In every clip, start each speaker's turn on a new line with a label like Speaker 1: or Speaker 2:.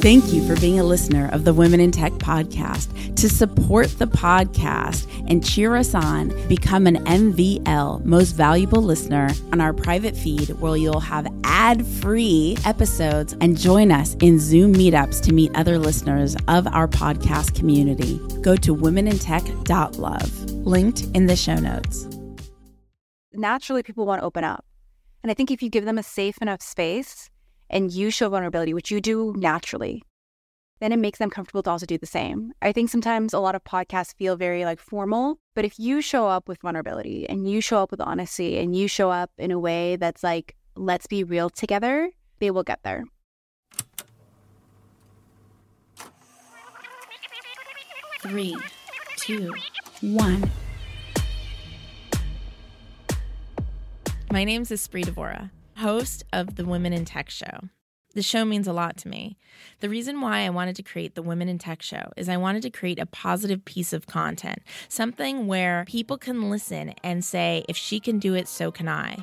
Speaker 1: Thank you for being a listener of the Women in Tech podcast. To support the podcast and cheer us on, become an MVL Most Valuable Listener on our private feed where you'll have ad free episodes and join us in Zoom meetups to meet other listeners of our podcast community. Go to womenintech.love, linked in the show notes.
Speaker 2: Naturally, people want to open up. And I think if you give them a safe enough space, and you show vulnerability, which you do naturally, then it makes them comfortable to also do the same. I think sometimes a lot of podcasts feel very like formal, but if you show up with vulnerability and you show up with honesty and you show up in a way that's like, let's be real together, they will get there.
Speaker 1: Three, two, one.
Speaker 3: My name's Esprit Devora host of the Women in Tech Show. The show means a lot to me. The reason why I wanted to create the Women in Tech Show is I wanted to create a positive piece of content, something where people can listen and say, if she can do it, so can I.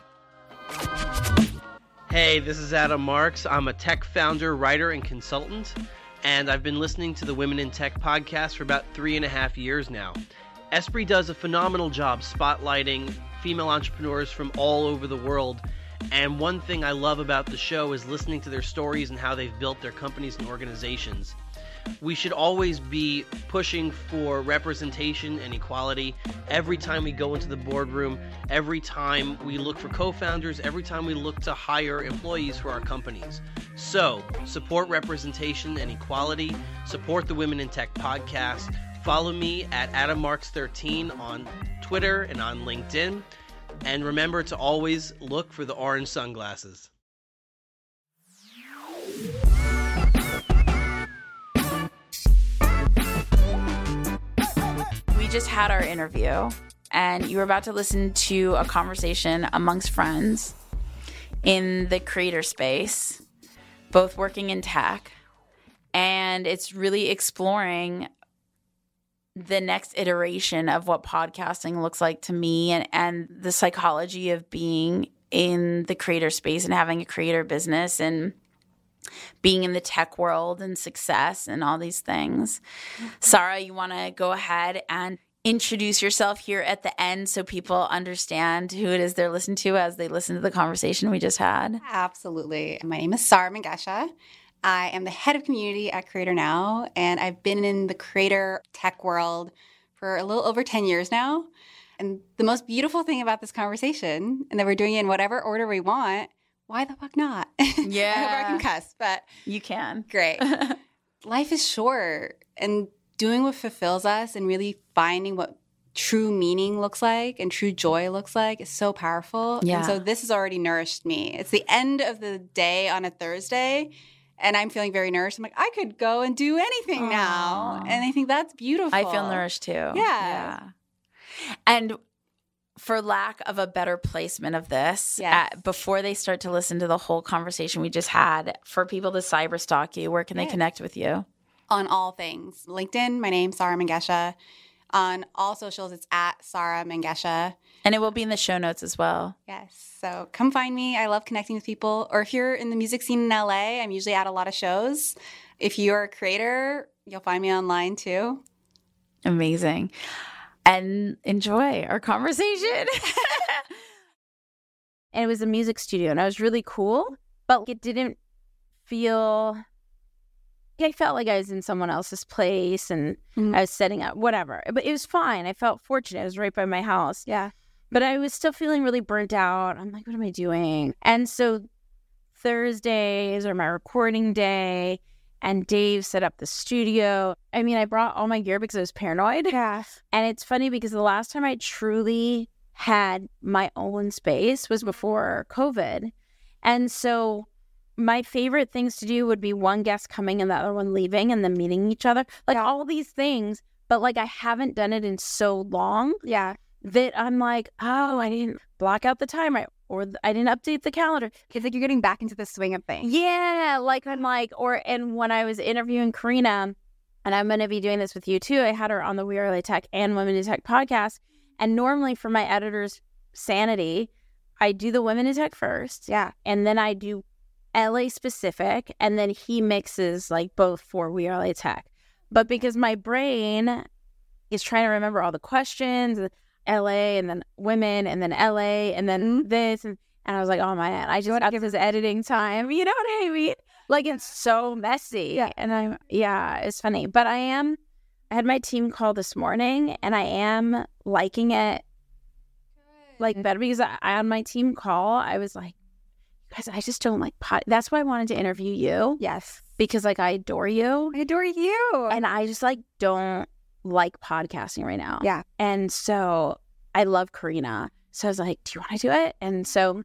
Speaker 4: Hey, this is Adam Marks. I'm a tech founder, writer, and consultant, and I've been listening to the Women in Tech podcast for about three and a half years now. Esprit does a phenomenal job spotlighting female entrepreneurs from all over the world. And one thing I love about the show is listening to their stories and how they've built their companies and organizations. We should always be pushing for representation and equality every time we go into the boardroom, every time we look for co founders, every time we look to hire employees for our companies. So, support representation and equality, support the Women in Tech podcast, follow me at AdamMarks13 on Twitter and on LinkedIn. And remember to always look for the orange sunglasses.
Speaker 1: We just had our interview, and you were about to listen to a conversation amongst friends in the creator space, both working in tech. And it's really exploring the next iteration of what podcasting looks like to me and, and the psychology of being in the creator space and having a creator business and being in the tech world and success and all these things. Sarah, you want to go ahead and introduce yourself here at the end so people understand who it is they're listening to as they listen to the conversation we just had?
Speaker 5: Absolutely. My name is Sarah Mangasha. I am the head of community at Creator Now, and I've been in the creator tech world for a little over 10 years now. And the most beautiful thing about this conversation, and that we're doing it in whatever order we want, why the fuck not?
Speaker 1: Yeah.
Speaker 5: I hope I can cuss, but
Speaker 1: You can.
Speaker 5: great. Life is short, and doing what fulfills us and really finding what true meaning looks like and true joy looks like is so powerful.
Speaker 1: Yeah.
Speaker 5: And so this has already nourished me. It's the end of the day on a Thursday, and I'm feeling very nourished. I'm like, I could go and do anything now.
Speaker 1: Aw.
Speaker 5: And I think that's beautiful.
Speaker 1: I feel nourished too. Yeah. And for lack of a better placement of this,
Speaker 5: Yes.
Speaker 1: uh, before they start to listen to the whole conversation we just had, for people to cyber stalk you, where can they
Speaker 5: Yes.
Speaker 1: connect with you?
Speaker 5: on all things. LinkedIn, my name, Sarah Mangesha. On all socials, it's at Sarah Mangesha.
Speaker 1: And it will be in the show notes as well.
Speaker 5: Yes. So come find me. I love connecting with people. Or if you're in the music scene in LA, I'm usually at a lot of shows. If you're a creator, you'll find me online too.
Speaker 1: Amazing. And enjoy our conversation.
Speaker 2: and it was a music studio and I was really cool,
Speaker 5: Mm-hmm.
Speaker 2: but it didn't feel I felt like I was in someone else's place and
Speaker 5: Mhm.
Speaker 2: I was setting up whatever. But it was fine. I felt fortunate. It was right by my house.
Speaker 5: Yeah.
Speaker 2: But I was still feeling really burnt out. I'm like, what am I doing? And so Thursdays are my recording day. And Dave set up the studio. I mean, I brought all my gear because I was paranoid.
Speaker 5: Yeah.
Speaker 2: And it's funny because the last time I truly had my own space was before COVID. And so my favorite things to do would be one guest coming and the other one leaving and then meeting each other, like all these things. But like I haven't done it in so long
Speaker 5: Yeah.
Speaker 2: that I'm like, oh, I didn't block out the time right or th- I didn't update the calendar.
Speaker 5: It's like you're getting back into the swing of things.
Speaker 2: Yeah, like I'm like, or and when I was interviewing Karina, and I'm going to be doing this with you too. I had her on the We Are LA Tech and Women in Tech podcast, and normally for my editor's sanity, I do the Women in Tech first,
Speaker 5: Yeah.
Speaker 2: and then I do LA specific, and then he mixes like both for We Are LA Tech. But because my brain is trying to remember all the questions, LA, and then women, and then LA, and then this, and, and I was like, oh man, I just
Speaker 5: Mm-hmm. wanna
Speaker 2: got
Speaker 5: give-
Speaker 2: this editing time. You know what I mean? Like it's so messy.
Speaker 5: Yeah.
Speaker 2: And I'm yeah, it's funny. But I am. I had my team call this morning, and I am liking it like better because I, I- on my team call I was like, guys, I just don't like pod. That's why I wanted to interview you
Speaker 5: Yes.
Speaker 2: because like I adore you,
Speaker 5: I adore you.
Speaker 2: and I just like don't like podcasting right now.
Speaker 5: Yeah.
Speaker 2: and so I love Karina, so I was like, do you want to do it? And so.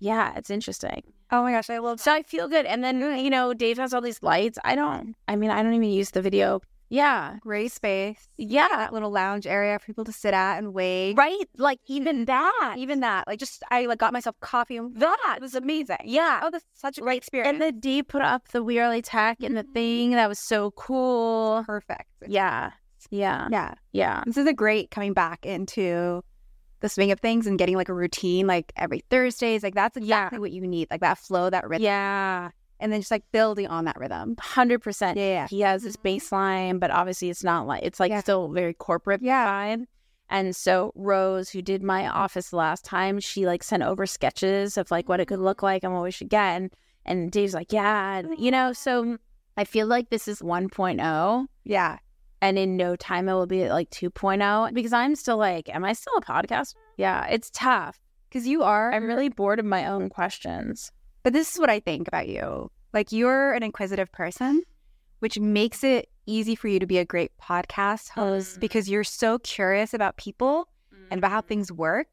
Speaker 2: Yeah, it's interesting.
Speaker 5: oh my gosh, I love
Speaker 2: So I feel good. And then, you know, Dave has all these lights. I don't, I mean, I don't even use the video. Yeah.
Speaker 5: gray space.
Speaker 2: Yeah.
Speaker 5: That little lounge area for people to sit at and wait.
Speaker 2: Right. Like, even that.
Speaker 5: Even that, like, just I like got myself coffee and that was amazing.
Speaker 2: Yeah.
Speaker 5: Oh, that's such a great experience.
Speaker 2: And the D put up the We Are Late Tech and the thing that was so cool.
Speaker 5: perfect.
Speaker 2: Yeah. Yeah.
Speaker 5: yeah.
Speaker 2: Yeah.
Speaker 5: This is a great coming back into the swing of things and getting like a routine, like every Thursdays. Like that's
Speaker 2: Yeah.
Speaker 5: exactly what you need, like that flow, that rhythm,
Speaker 2: Yeah.
Speaker 5: and then just like building on that rhythm.
Speaker 2: 100%.
Speaker 5: Yeah, yeah. Mm-hmm.
Speaker 2: He has his baseline, but obviously it's not like, it's like
Speaker 5: Yeah.
Speaker 2: still very corporate
Speaker 5: Yeah.
Speaker 2: vibe. And so Rose, who did my office last time, she like sent over sketches of like what it could look like and what we should get. And, and Dave's like, yeah. And, you know, so I feel like this is 1.0.
Speaker 5: Yeah,
Speaker 2: and in no time it will be at like 2.0 because i'm still like am i still a podcaster yeah it's tough
Speaker 5: because you are.
Speaker 2: i'm really bored of my own questions
Speaker 5: But this is what I think about you. Like you're an inquisitive person, which makes it easy for you to be a great podcast host
Speaker 2: Mm-hmm.
Speaker 1: Mm.
Speaker 5: because you're so curious about people and about how things work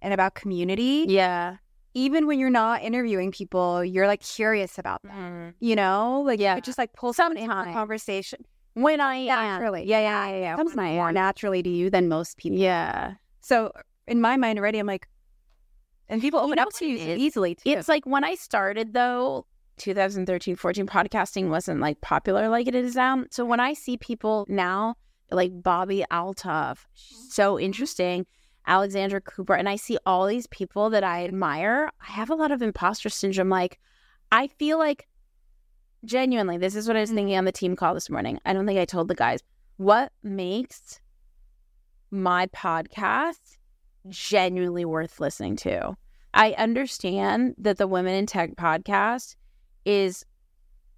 Speaker 5: and about community.
Speaker 2: yeah
Speaker 5: Even when you're not interviewing people, you're like curious about them. You know, like you
Speaker 2: Mm-hmm. Yeah.
Speaker 5: could just like pull something out of the
Speaker 2: Sometimes.
Speaker 5: conversation.
Speaker 2: when i uh, am
Speaker 5: Naturally.
Speaker 2: yeah yeah yeah, yeah.
Speaker 5: Comes
Speaker 2: when I
Speaker 5: more
Speaker 2: am.
Speaker 5: naturally to you than most people.
Speaker 2: yeah
Speaker 5: So in my mind already, I'm like, and people open
Speaker 2: know
Speaker 5: up to
Speaker 2: what
Speaker 5: you
Speaker 2: it is?
Speaker 5: easily too.
Speaker 2: it's like when i started though 2013 14 podcasting wasn't like popular like it is now so when i see people now like bobby altov she's so interesting alexandra cooper and i see all these people that i admire i have a lot of imposter syndrome like i feel like genuinely this is what i was thinking on the team call this morning i don't think i told the guys what makes my podcast genuinely worth listening to I understand that the Women in Tech podcast is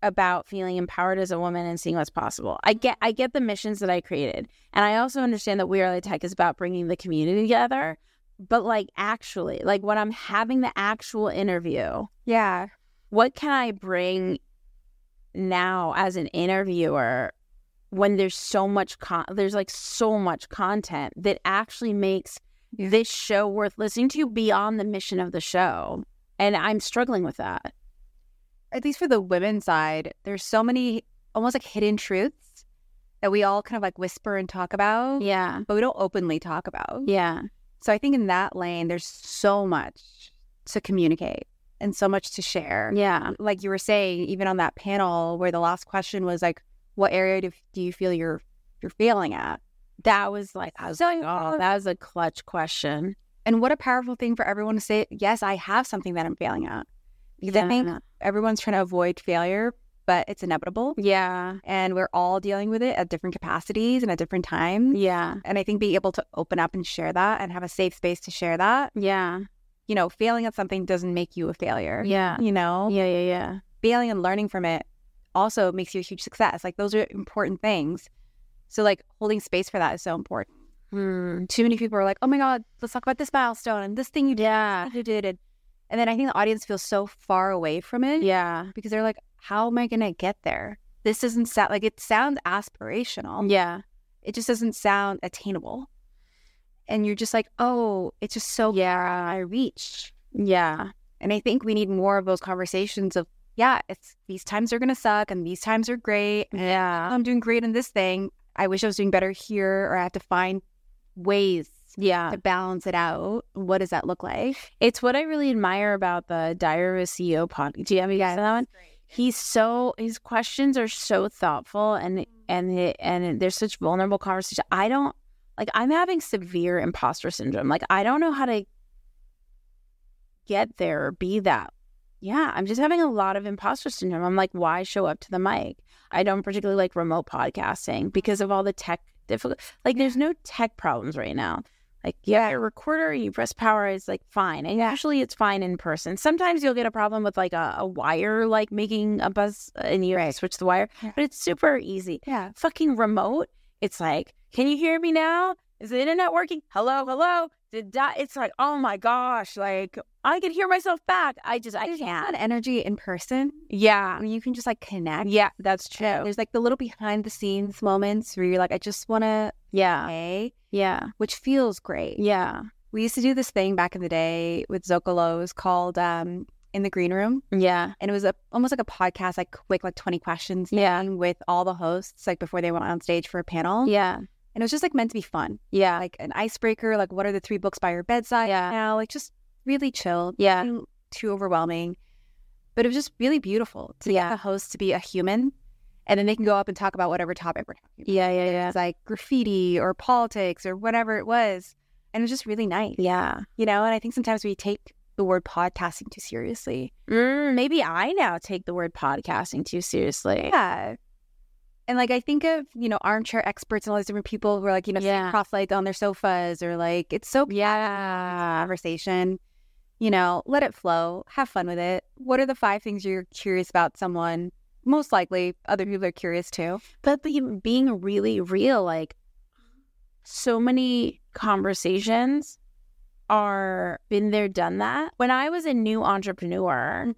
Speaker 2: about feeling empowered as a woman and seeing what's possible. I get I get the missions that I created. And I also understand that We Are the Tech is about bringing the community together. But like actually, like when I'm having the actual interview,
Speaker 5: yeah,
Speaker 2: what can I bring now as an interviewer when there's so much con- there's like so much content that actually makes
Speaker 5: Yeah.
Speaker 2: this show worth listening to beyond the mission of the show and I'm struggling with that.
Speaker 5: at least for the women's side, there's so many almost like hidden truths that we all kind of like whisper and talk about,
Speaker 2: Yeah.
Speaker 5: but we don't openly talk about.
Speaker 2: Yeah.
Speaker 5: So I think in that lane, there's so much to communicate and so much to share. Um,
Speaker 2: Yeah.
Speaker 5: Like you were saying, even on that panel where the last question was like, "What area do, do you feel you're you're failing at?"
Speaker 2: That was like I was
Speaker 5: So
Speaker 2: like, oh, that was a clutch question.
Speaker 5: And what a powerful thing for everyone to say, yes, I have something that I'm failing at. Because I think
Speaker 2: Yeah.
Speaker 5: everyone's trying to avoid failure, but it's
Speaker 2: Mm.
Speaker 5: inevitable.
Speaker 2: Yeah.
Speaker 5: And we're all dealing with it at different capacities and at different times.
Speaker 2: Yeah.
Speaker 5: And I think being able to open up and share that and have a safe space to share that,
Speaker 2: Yeah.
Speaker 5: you know, failing at something doesn't make you a failure.
Speaker 2: Yeah.
Speaker 5: You know,
Speaker 2: Yeah. Yeah. Yeah.
Speaker 5: failing and learning from it also makes you a huge success. Like those are important things. So like holding space for that is so important.
Speaker 2: Hmm.
Speaker 5: too many people are like, "Oh my god, let's talk about this milestone and this thing you did,
Speaker 2: Yeah.
Speaker 5: this thing you did," and, and then I think the audience feels so far away from it,
Speaker 2: Yeah.
Speaker 5: because they're like, "How am I gonna get there? This doesn't sound like it sounds aspirational.
Speaker 2: Yeah.
Speaker 5: It just doesn't sound attainable." And you're just like, "Oh, it's just so
Speaker 2: Yeah.
Speaker 5: I reach."
Speaker 2: Yeah.
Speaker 5: And I think we need more of those conversations of, "Yeah, it's these times are gonna suck, and these times are great,
Speaker 2: Yeah.
Speaker 5: "Oh, I'm doing great in this thing. I wish I was doing better here, or I have to find ways
Speaker 2: Yeah.
Speaker 5: to balance it out. What does that look like?
Speaker 2: It's what I really admire about the Diary of a CEO podcast. Do you have you guys that one? He's so his questions are so thoughtful and and it, and there's such vulnerable conversation. I don't like I'm having severe imposter syndrome. Like I don't know how to get there or be that Yeah, I'm just having a lot of imposter syndrome. I'm like, why show up to the mic? I don't particularly like remote podcasting because of all the tech difficult. Like, there's no tech problems right now. Like, yeah, a recorder, you press power, it's like fine. And actually, it's fine in person. Sometimes you'll get a problem with like a, a wire, like making a buzz uh, and you have to switch the wire,
Speaker 5: Yeah.
Speaker 2: but it's super easy.
Speaker 5: Yeah.
Speaker 2: Fucking remote, it's like, can you hear me now? Is the internet working? Hello, hello. Did that? It's like, oh my gosh, like I can hear myself back. I just, I can't.
Speaker 5: That energy in person,
Speaker 2: Yeah.
Speaker 5: when you can just like connect.
Speaker 2: Yeah, that's true.
Speaker 5: There's like the little behind the scenes moments where you're like, I just want to
Speaker 2: Yeah.
Speaker 5: play,
Speaker 2: Yeah.
Speaker 5: which feels great.
Speaker 2: Yeah.
Speaker 5: We used to do this thing back in the day with Zocolos called um, In the Green Room.
Speaker 2: Yeah.
Speaker 5: And it was a, almost like a podcast, like quick, like 20 questions
Speaker 2: Yeah.
Speaker 5: thing with all the hosts, like before they went on stage for a panel.
Speaker 2: Yeah.
Speaker 5: And it was just like meant to be fun,
Speaker 2: Yeah.
Speaker 5: like an icebreaker, like what are the three books by your bedside
Speaker 2: Yeah.
Speaker 5: now? Like just really chill,
Speaker 2: Yeah.
Speaker 5: nothing too overwhelming. But it was just really beautiful to
Speaker 2: Yeah.
Speaker 5: get the host to be a human. And then they can go up and talk about whatever topic we're talking about.
Speaker 2: Yeah. Yeah. Yeah.
Speaker 5: It's like graffiti or politics or whatever it was. And it was just really nice.
Speaker 2: Yeah.
Speaker 5: You know, and I think sometimes we take the word podcasting too seriously.
Speaker 2: Mm, maybe I now take the word podcasting too seriously.
Speaker 5: Yeah. And like I think of, you know, armchair experts and all these different people who are like, you know,
Speaker 2: Yeah.
Speaker 5: sitting cross-legged on their sofas or like it's so
Speaker 2: Yeah.
Speaker 5: conversation. You know, let it flow. Have fun with it. What are the five things you're curious about someone? Most likely other people are curious too.
Speaker 2: But be, being really real, like so many conversations are been there, done that. When I was a new entrepreneur,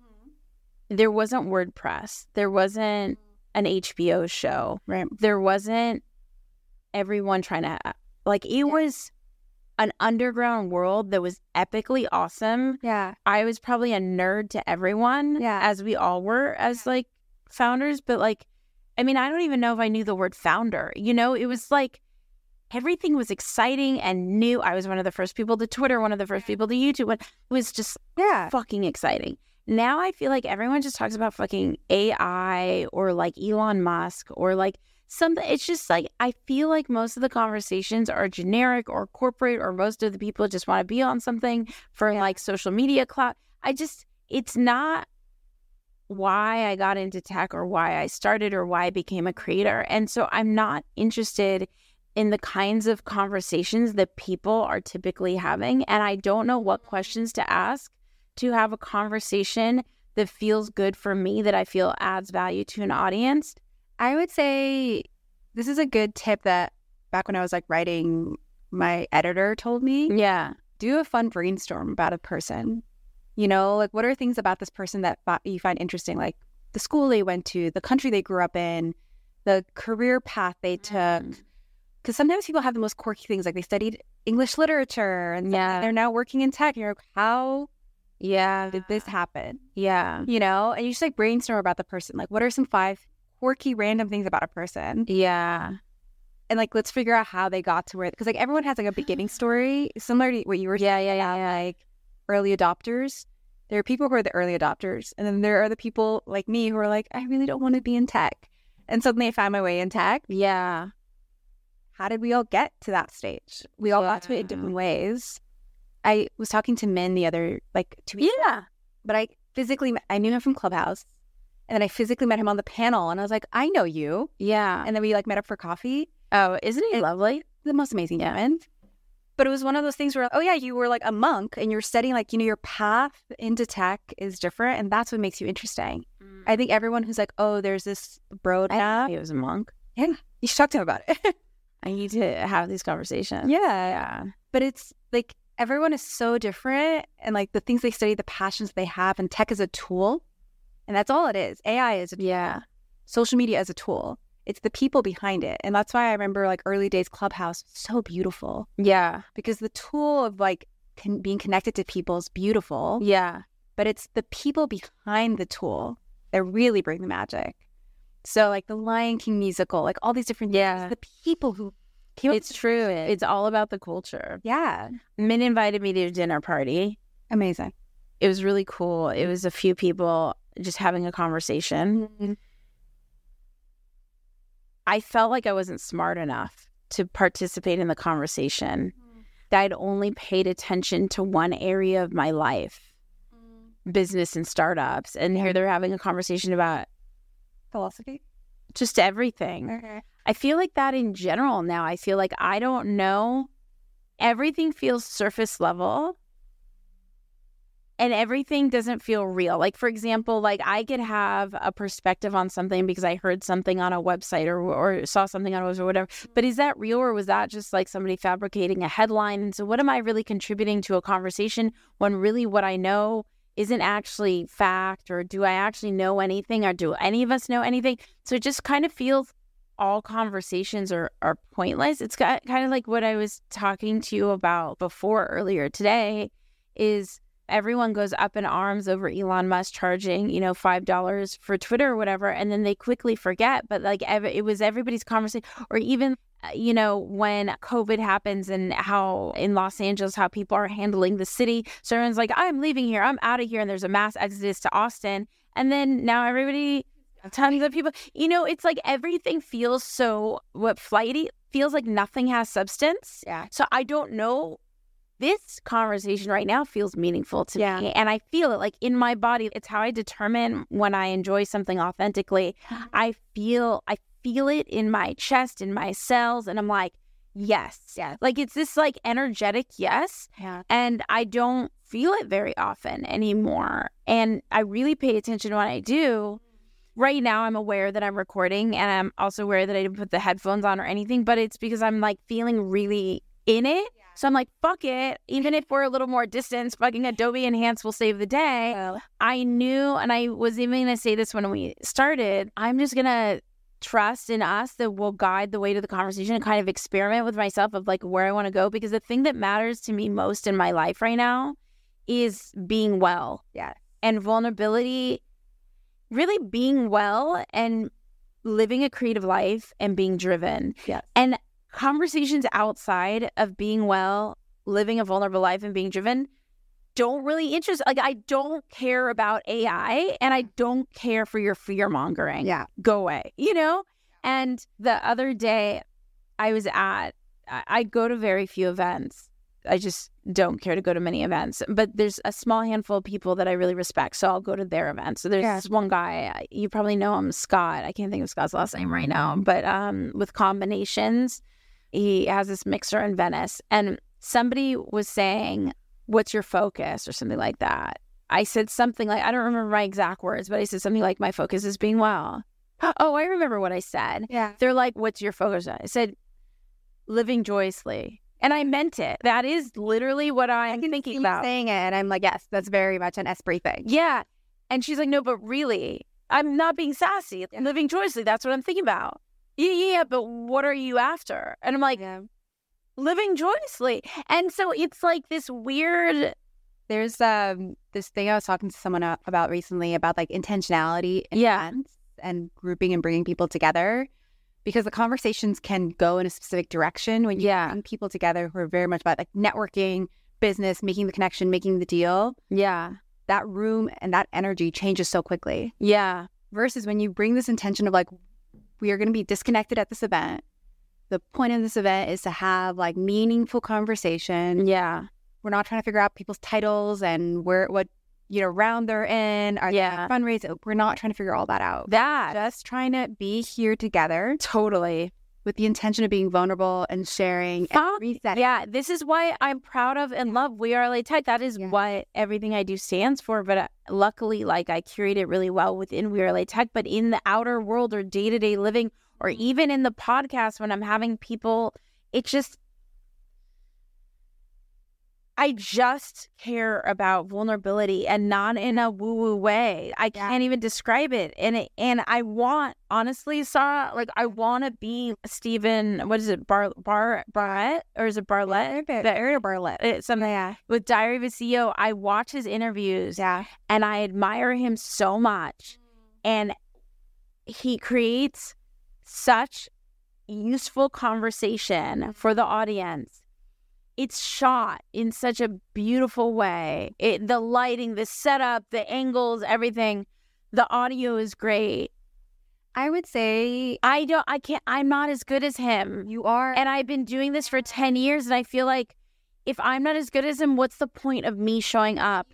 Speaker 2: there wasn't WordPress, there wasn't an HBO show,
Speaker 5: Right.
Speaker 2: there wasn't everyone trying to like it was an underground world that was epically awesome.
Speaker 5: Yeah.
Speaker 2: I was probably a nerd to everyone,
Speaker 5: Yeah.
Speaker 2: as we all were as like founders, but like I mean, I don't even know if I knew the word founder. You know, it was like everything was exciting and new. I was one of the first people to Twitter, one of the first people to YouTube. It was just
Speaker 5: Yeah.
Speaker 2: fucking exciting. Now I feel like everyone just talks about fucking AI or like Elon Musk or like something. It's just like I feel like most of the conversations are generic or corporate, or most of the people just want to be on something for
Speaker 5: Yeah.
Speaker 2: like social media clout. I just, it's not why I got into tech or why I started or why I became a creator. And so I'm not interested in the kinds of conversations that people are typically having. And I don't know what questions to ask to have a conversation that feels good for me, that I feel adds value to an audience.
Speaker 5: I would say this is a good tip that back when I was like writing, my editor told me
Speaker 2: Yeah.
Speaker 5: do a fun brainstorm about a person. You know, like what are things about this person that fi- you find interesting? Like the school they went to, the country they grew up in, the career path they took. Because sometimes people have the most quirky things, like they studied English literature and
Speaker 2: Yeah.
Speaker 5: yeah. they're now working in tech. And you're like, how
Speaker 2: Yeah.
Speaker 5: did this happen?
Speaker 2: Yeah.
Speaker 5: You know, and you just like brainstorm about the person. Like, what are some five quirky, random things about a person?
Speaker 2: Yeah.
Speaker 5: And like, let's figure out how they got to where, because like everyone has like a beginning story, similar to what you were
Speaker 2: Yeah. Yeah. Yeah.
Speaker 5: about, like early adopters. There are people who are the early adopters, and then there are the people like me who are like, I really don't want to be in tech, and suddenly I found my way in tech.
Speaker 2: Yeah.
Speaker 5: How did we all get to that stage? We all got to it in different ways. I was talking to Min the other like two weeks,
Speaker 2: Yeah.
Speaker 5: but I physically I knew him from Clubhouse, and then I physically met him on the panel, and I was like, I know you,
Speaker 2: Yeah.
Speaker 5: and then we like met up for coffee.
Speaker 2: Oh, isn't it lovely?
Speaker 5: The most amazing
Speaker 2: Yeah.
Speaker 5: human. But it was one of those things where, oh yeah, you were like a monk, and you're studying like you know your path into tech is different, and that's what makes you interesting. I think everyone who's like, oh, there's this
Speaker 2: Mm.
Speaker 5: roadmap,
Speaker 2: I he was a monk.
Speaker 5: you should talk to him about it.
Speaker 2: I need to have these conversations.
Speaker 5: yeah,
Speaker 2: Yeah.
Speaker 5: but it's like everyone is so different and like the things they study the passions they have and tech is a tool and that's all it is ai is a
Speaker 2: Yeah.
Speaker 5: social media is a tool it's the people behind it and that's why i remember like early days clubhouse was so beautiful
Speaker 2: Yeah.
Speaker 5: because the tool of like con- being connected to people is beautiful
Speaker 2: Yeah.
Speaker 5: but it's the people behind the tool that really bring the magic so like the lion king musical like all these different things,
Speaker 2: Yeah.
Speaker 5: the people who came up
Speaker 2: It's true. It's all about the culture.
Speaker 5: yeah
Speaker 2: Min invited me to a dinner party.
Speaker 5: amazing
Speaker 2: It was really cool. It was a few people just having a conversation. I felt like I wasn't smart enough to participate in the
Speaker 5: Mm-hmm.
Speaker 2: conversation. That I'd only paid attention to one area of my life business and startups. And here they're having a conversation about
Speaker 5: philosophy.
Speaker 2: just everything.
Speaker 5: Okay.
Speaker 2: I feel like that in general now. I feel like I don't know. Everything feels surface level and everything doesn't feel real. Like, for example, like I could have a perspective on something because I heard something on a website or, or saw something on a website or whatever. But is that real or was that just like somebody fabricating a headline? And so, what am I really contributing to a conversation when really what I know isn't actually fact or do I actually know anything or do any of us know anything? So, it just kind of feels all conversations are, are pointless. It's ki- kind of like what I was talking to you about before earlier today is everyone goes up in arms over Elon Musk charging, you know, $5 for Twitter or whatever. And then they quickly forget, but like ev- it was everybody's conversation or even, uh, you know, when COVID happens and how in Los Angeles, how people are handling the city. So everyone's like, I'm leaving here. I'm out of here. And there's a mass exodus to Austin. And then now everybody tons of people. You know, it's like everything feels so what flighty feels like nothing has substance.
Speaker 5: Yeah.
Speaker 2: So I don't know. This conversation right now feels meaningful to
Speaker 5: Yeah.
Speaker 2: me. And I feel it like in my body. It's how I determine when I enjoy something authentically.
Speaker 5: Mm-hmm.
Speaker 2: I feel I feel it in my chest, in my cells, and I'm like, yes.
Speaker 5: Yeah.
Speaker 2: Like it's this like energetic yes
Speaker 5: Yeah.
Speaker 2: and I don't feel it very often anymore. And I really pay attention when I do. Right now, I'm aware that I'm recording, and I'm also aware that I didn't put the headphones on or anything, but it's because I'm like feeling really in it. So I'm like, fuck it. Even if we're a little more distance, fucking Adobe Enhance will save the day. I knew, and I was even going to say this when we started. I'm just going to trust in us that will guide the way to the conversation and kind of experiment with myself of like where I want to go. Because the thing that matters to me most in my life right now is being well.
Speaker 5: Yeah.
Speaker 2: And vulnerability, really being well and living a creative life and being driven.
Speaker 5: Yes.
Speaker 2: And conversations outside of being well, living a vulnerable life and being driven don't really interest like I don't care about AI and I don't care for your fear mongering
Speaker 5: Yeah.
Speaker 2: go away, you know? And the other day I was at, I I go to very few events. I just don't care to go to many events, but there's a small handful of people that I really respect. So I'll go to their events. So there's
Speaker 5: Yeah.
Speaker 2: this one guy, I- you probably know him, Scott. I can't think of Scott's last name right now, but um, with combinations, he has this mixer in Venice. And somebody was saying, What's your focus or something like that? I said something like, I don't remember my exact words, but I said something like, My focus is being well. Oh, I remember what I said.
Speaker 5: Yeah.
Speaker 2: They're like, What's your focus on? I said, Living joyously. And I meant it. That is literally what I'm thinking
Speaker 5: Keep
Speaker 2: about.
Speaker 5: saying it, and I'm like, yes, that's very much an esprit thing.
Speaker 2: yeah. And she's like, No, but really, I'm not being sassy. Living joyously. That's what I'm thinking about. Yeah, yeah, yeah, but what are you after? And I'm like,
Speaker 5: yeah.
Speaker 2: living joyously. And so it's like this weird
Speaker 5: There's um this thing I was talking to someone a- about recently about like intentionality in
Speaker 2: Yeah.
Speaker 5: events and grouping and bringing people together because the conversations can go in a specific direction when you
Speaker 2: Yeah.
Speaker 5: bring people together who are very much about like networking, business, making the connection, making the deal.
Speaker 2: Yeah.
Speaker 5: That room and that energy changes so quickly
Speaker 2: Yeah.
Speaker 5: versus when you bring this intention of like we are going to be disconnected at this event. The point of this event is to have like meaningful conversation.
Speaker 2: Yeah.
Speaker 5: we're not trying to figure out people's titles and where what you know round they're in are
Speaker 2: Yeah.
Speaker 5: they fundraising we're not trying to figure all that out
Speaker 2: That
Speaker 5: just trying to be here together
Speaker 2: totally.
Speaker 5: with the intention of being vulnerable and sharing
Speaker 2: Fuck
Speaker 5: and resetting
Speaker 2: Yeah. This is why I'm proud of and love We Are LA Tech. That is
Speaker 5: Yeah.
Speaker 2: what everything I do stands for. But uh, luckily, like I curate it really well within We Are LA Tech, but in the outer world or day to day living, or even in the podcast when I'm having people, it just, I just care about vulnerability and not in a woo woo way. I
Speaker 5: Yeah.
Speaker 2: can't even describe it. And it, and I want, honestly, Sarah, like I want to be Stephen, what is it, Bar, Bar, Barrett? Or is it Barlett?
Speaker 5: Barrett.
Speaker 2: Barrett Barlett. It's something.
Speaker 5: yeah
Speaker 2: With Diary of a CEO, I watch his interviews
Speaker 5: yeah
Speaker 2: and I admire him so much. And he creates such useful conversation for the audience. It's shot in such a beautiful way. It, the lighting, the setup, the angles, everything. The audio is great.
Speaker 5: i would say
Speaker 2: I don't, I can't, I'm not as good as him.
Speaker 5: you are
Speaker 2: And I've been doing this for 10 years and I feel like if I'm not as good as him, what's the point of me showing up?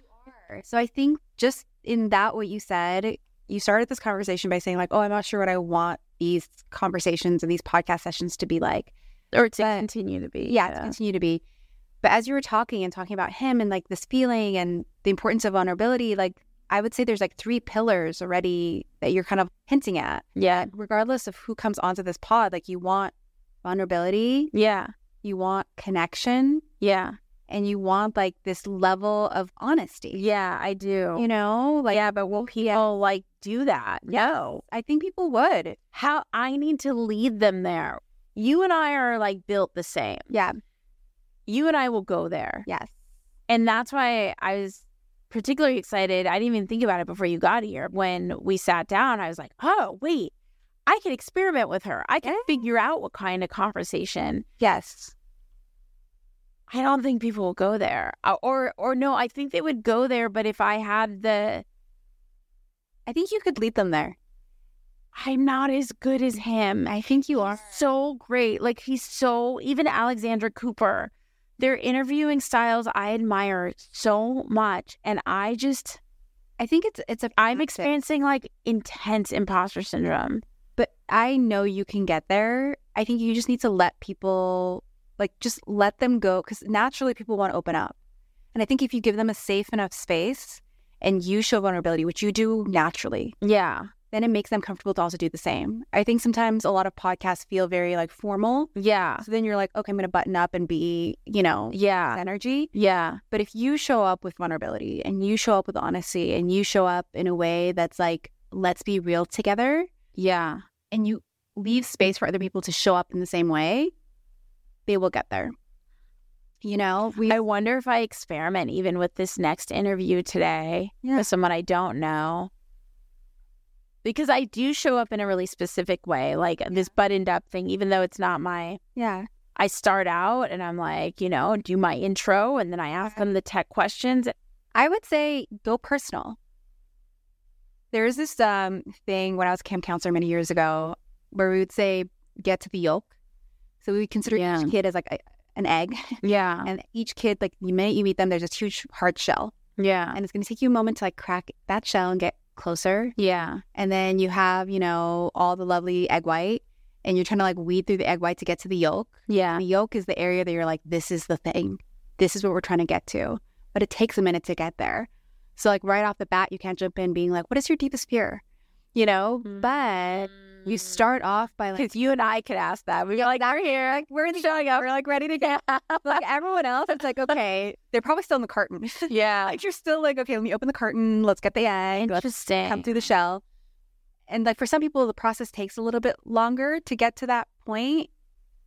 Speaker 5: So I think just in that, what you said, you started this conversation by saying, like, oh, I'm not sure what I want these conversations and these podcast sessions to be like.
Speaker 2: or to
Speaker 5: But-
Speaker 2: continue to be.
Speaker 5: Yeah, to continue to be. But as you were talking and talking about him and like this feeling and the importance of vulnerability, like I would say there's like three pillars already that you're kind of hinting at.
Speaker 2: yeah,
Speaker 5: Regardless of who comes onto this pod, like you want vulnerability,
Speaker 2: yeah,
Speaker 5: you want connection,
Speaker 2: yeah,
Speaker 5: and you want like this level of honesty.
Speaker 2: yeah. I do.
Speaker 5: You know, like
Speaker 2: yeah, but will people like do that? No.
Speaker 5: I think people would.
Speaker 2: How I need to lead them there. You and I are like built the same.
Speaker 5: Yeah.
Speaker 2: You and I will go there.
Speaker 5: Yes.
Speaker 2: And that's why I was particularly excited. I didn't even think about it before you got here. When we sat down, I was like, oh, wait, I can experiment with her. I can figure out what kind of conversation.
Speaker 5: Yes.
Speaker 2: I don't think people will go there. Uh, Or, or no, I think they would go there. But if I had the,
Speaker 5: I think you could lead them there.
Speaker 2: I'm not as good as him.
Speaker 5: I think you are.
Speaker 2: so great. Like he's so even Alexandra Cooper. Their interviewing styles I admire so much. And I just
Speaker 5: I think it's it's a
Speaker 2: I'm
Speaker 5: tactic,
Speaker 2: experiencing like intense imposter syndrome.
Speaker 5: but I know you can get there. I think you just need to let people like just let them go cuz naturally people want to open up. And I think if you give them a safe enough space and you show vulnerability, which you do naturally,
Speaker 2: Yeah.
Speaker 5: then it makes them comfortable to also do the same. I think sometimes a lot of podcasts feel very like formal.
Speaker 2: Yeah.
Speaker 5: So then you're like, "Okay, I'm going to button up and be, you know,
Speaker 2: Yeah.
Speaker 5: energy."
Speaker 2: Yeah.
Speaker 5: But if you show up with vulnerability and you show up with honesty and you show up in a way that's like, let's be real together
Speaker 2: Yeah.
Speaker 5: and you leave space for other people to show up in the same way, they will get there. You know, we
Speaker 2: I wonder if I experiment even with this next interview today
Speaker 5: Yeah.
Speaker 2: with someone I don't know. Because I do show up in a really specific way, like this buttoned up thing, even though it's not my
Speaker 5: yeah,
Speaker 2: I start out and I'm like, you know, do my intro and then I ask them the tech questions.
Speaker 5: I would say go personal. There is this um thing when I was camp counselor many years ago where we would say get to the yolk. So we would consider
Speaker 2: Yeah.
Speaker 5: each kid as like a, an egg,
Speaker 1: Uh-huh.
Speaker 2: Yeah.
Speaker 5: and each kid, like the minute you meet them, there's this huge hard shell.
Speaker 2: Yeah.
Speaker 5: and it's going to take you a moment to like crack that shell and get closer.
Speaker 2: Yeah.
Speaker 5: And then you have, you know, all the lovely egg white, and you're trying to like weed through the egg white to get to the yolk.
Speaker 2: Yeah.
Speaker 5: And the yolk is the area that you're like, this is the thing, this is what we're trying to get to. But it takes a minute to get there. So like right off the bat, you can't jump in being like, what is your deepest fear? You know,
Speaker 2: Mm.
Speaker 5: but you start off by like
Speaker 2: Because you and I could ask that. We're like, we're here. Like, we're showing up. We're like ready to go.
Speaker 5: like everyone else, it's like okay, they're probably still in the carton.
Speaker 2: yeah.
Speaker 5: like you're still like okay, let me open the carton, let's get the egg, let's
Speaker 2: Interesting.
Speaker 5: come through the shell. And like for some people, the process takes a little bit longer to get to that point.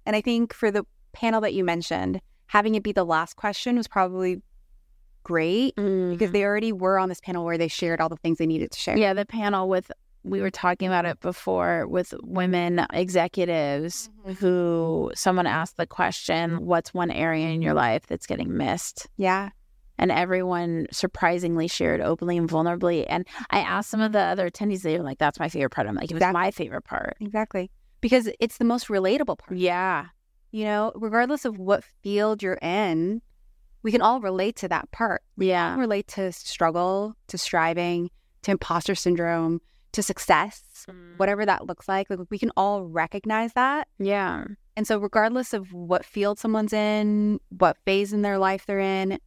Speaker 5: And I think for the panel that you mentioned, having it be the last question was probably great
Speaker 2: Mm.
Speaker 5: because they already were on this panel where they shared all the things they needed to share.
Speaker 2: Yeah. The panel with, we were talking about it before with women executives who someone asked the question, what's one area in your life that's getting missed?
Speaker 5: Yeah.
Speaker 2: and everyone surprisingly shared openly and vulnerably. And I asked some of the other attendees, they were like, "That's my favorite part." I'm like, "It was
Speaker 5: Exactly.
Speaker 2: my favorite part."
Speaker 5: Exactly. Because it's the most relatable part.
Speaker 2: Yeah,
Speaker 5: You know, regardless of what field you're in, we can all relate to that part.
Speaker 2: yeah,
Speaker 5: relate to struggle, to striving, to imposter syndrome, to success,
Speaker 2: Mm.
Speaker 5: whatever that looks like. Like we can all recognize that.
Speaker 2: yeah,
Speaker 5: And so regardless of what field someone's in, what phase in their life they're in,